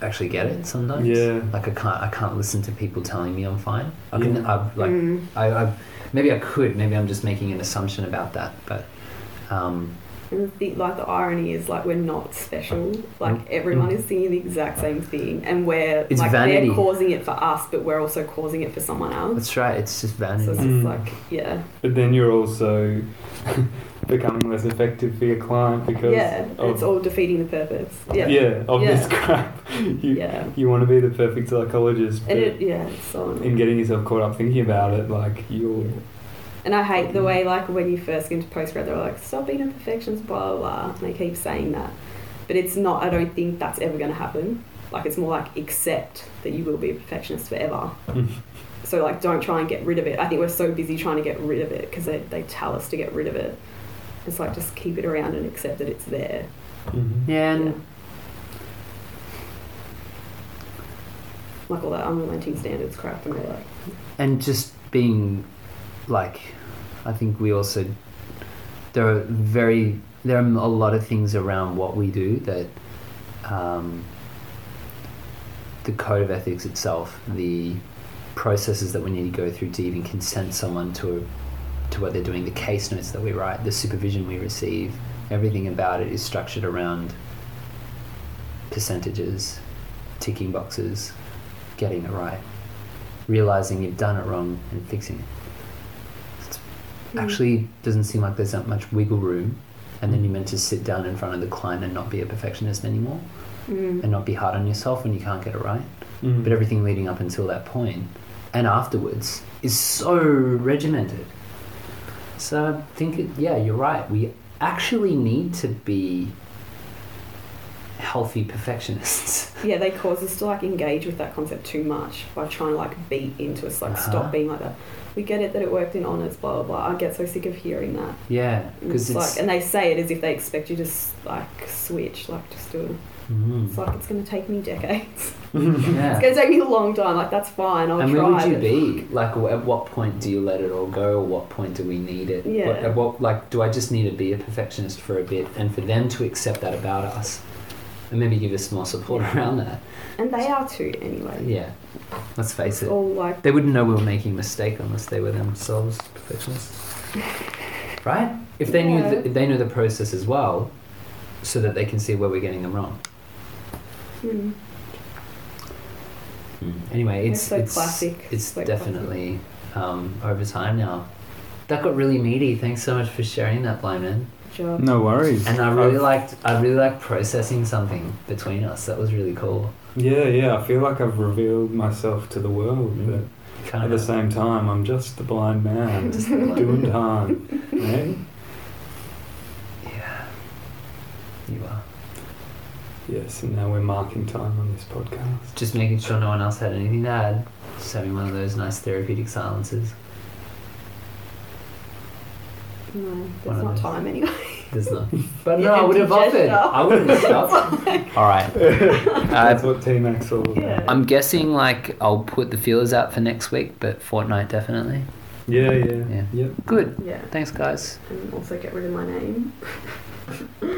Speaker 4: actually get it sometimes.
Speaker 2: Yeah.
Speaker 4: Like I can't I can't listen to people telling me I'm fine. I can
Speaker 2: Yeah.
Speaker 4: I like
Speaker 3: Mm.
Speaker 4: I, I maybe I could maybe I'm just making an assumption about that, but um,
Speaker 3: And the, like the irony is like we're not special. Like everyone is thinking the exact same thing, and we're
Speaker 4: It's
Speaker 3: like
Speaker 4: vanity.
Speaker 3: they're causing it for us, but we're also causing it for someone else.
Speaker 4: that's right. It's just
Speaker 3: So it's
Speaker 4: vanity.
Speaker 2: Mm.
Speaker 3: just like yeah,
Speaker 2: But then you're also becoming less effective for your client because
Speaker 3: yeah.
Speaker 2: of,
Speaker 3: It's all defeating the purpose. Yeah,
Speaker 2: yeah, of this
Speaker 3: Yeah.
Speaker 2: crap. You
Speaker 3: yeah.
Speaker 2: you want to be the perfect psychologist, but
Speaker 3: And it yeah, it's so annoying.
Speaker 2: in getting yourself caught up thinking about it, like you're
Speaker 3: And I hate the way, like, when you first get into postgrad, they're like, stop being imperfectionist, blah, blah, blah. And they keep saying that. But it's not, I don't think that's ever going to happen. Like, it's more like, accept that you will be a perfectionist forever. so, like, don't try and get rid of it. I think we're so busy trying to get rid of it because they, they tell us to get rid of it. It's like, just keep it around and accept that it's there.
Speaker 2: Mhm.
Speaker 4: Yeah, and
Speaker 3: Like, all that unrelenting standards crap and all that.
Speaker 4: and just being like i think we also there are very there are a lot of things around what we do that um, the code of ethics itself, the processes that we need to go through to even consent someone to to what they're doing, the case notes that we write, the supervision we receive, everything about it is structured around percentages, ticking boxes, getting it right, realizing you've done it wrong and fixing it. It's
Speaker 3: Hmm.
Speaker 4: actually doesn't seem like there's that much wiggle room and then you're meant to sit down in front of the client and not be a perfectionist anymore
Speaker 3: Mm.
Speaker 4: and not be hard on yourself when you can't get it right
Speaker 2: mm-hmm.
Speaker 4: but everything leading up until that point and afterwards is so regimented. So I think, it, yeah, you're right. We actually need to be healthy perfectionists.
Speaker 3: Yeah, they cause us to like engage with that concept too much by trying to like beat into us, like
Speaker 4: Uh-huh.
Speaker 3: stop being like that. We get it that it worked in honors, blah blah blah. I get so sick of hearing that
Speaker 4: yeah, because it's.
Speaker 3: like, and they say it as if they expect you to s- like switch, like just do it.
Speaker 4: Mhm.
Speaker 3: It's like it's going to take me decades.
Speaker 4: yeah.
Speaker 3: It's going to take me a long time. Like that's fine. I'll
Speaker 4: and
Speaker 3: try.
Speaker 4: where would you
Speaker 3: but-
Speaker 4: be? Like, wh- at what point do you let it all go? Or what point do we need it?
Speaker 3: Yeah.
Speaker 4: What, at what, like, do I just need to be a perfectionist for a bit and for them to accept that about us and maybe give us more support around that?
Speaker 3: And they are too, anyway.
Speaker 4: Yeah, let's face
Speaker 3: It's
Speaker 4: it.
Speaker 3: all like
Speaker 4: They wouldn't know we were making a mistake unless they were themselves perfectionists, right? If they
Speaker 3: Yeah.
Speaker 4: knew the, if they knew the process as well, so that they can see where we're getting them wrong.
Speaker 3: mm,
Speaker 4: Anyway, it's
Speaker 3: so
Speaker 4: it's
Speaker 3: classic,
Speaker 4: It's
Speaker 3: so classic.
Speaker 4: definitely um, over time now. That got really meaty. Thanks so much for sharing that, blind man.
Speaker 3: job.
Speaker 4: Mm.
Speaker 2: No worries.
Speaker 4: And I really liked I really liked processing something between us. That was really cool.
Speaker 2: Yeah, yeah. I feel like I've revealed myself to the world,
Speaker 4: Mm.
Speaker 2: but
Speaker 4: Kind
Speaker 2: at the same time, I'm just a blind man
Speaker 4: Just a blind
Speaker 2: doing time. eh?
Speaker 4: yeah, you are.
Speaker 2: Yes, and now we're marking time on this podcast.
Speaker 4: Just making sure no one else had anything to add. Just having one of those nice therapeutic silences.
Speaker 3: No,
Speaker 4: One
Speaker 3: there's
Speaker 4: of
Speaker 3: not
Speaker 4: those.
Speaker 3: time anyway.
Speaker 4: There's not. But
Speaker 3: You
Speaker 4: no, I
Speaker 3: can
Speaker 4: would have
Speaker 3: digest
Speaker 4: offered.
Speaker 3: it all.
Speaker 4: I wouldn't have stopped. All right.
Speaker 2: That's
Speaker 4: Uh,
Speaker 2: what Team Axel. all about.
Speaker 3: Yeah.
Speaker 4: I'm guessing like I'll put the feelers out for next week, but Fortnite definitely.
Speaker 2: Yeah, yeah,
Speaker 4: Yeah.
Speaker 2: Yep.
Speaker 4: Good.
Speaker 3: Yeah,
Speaker 4: Thanks, guys.
Speaker 3: and also get rid of my name.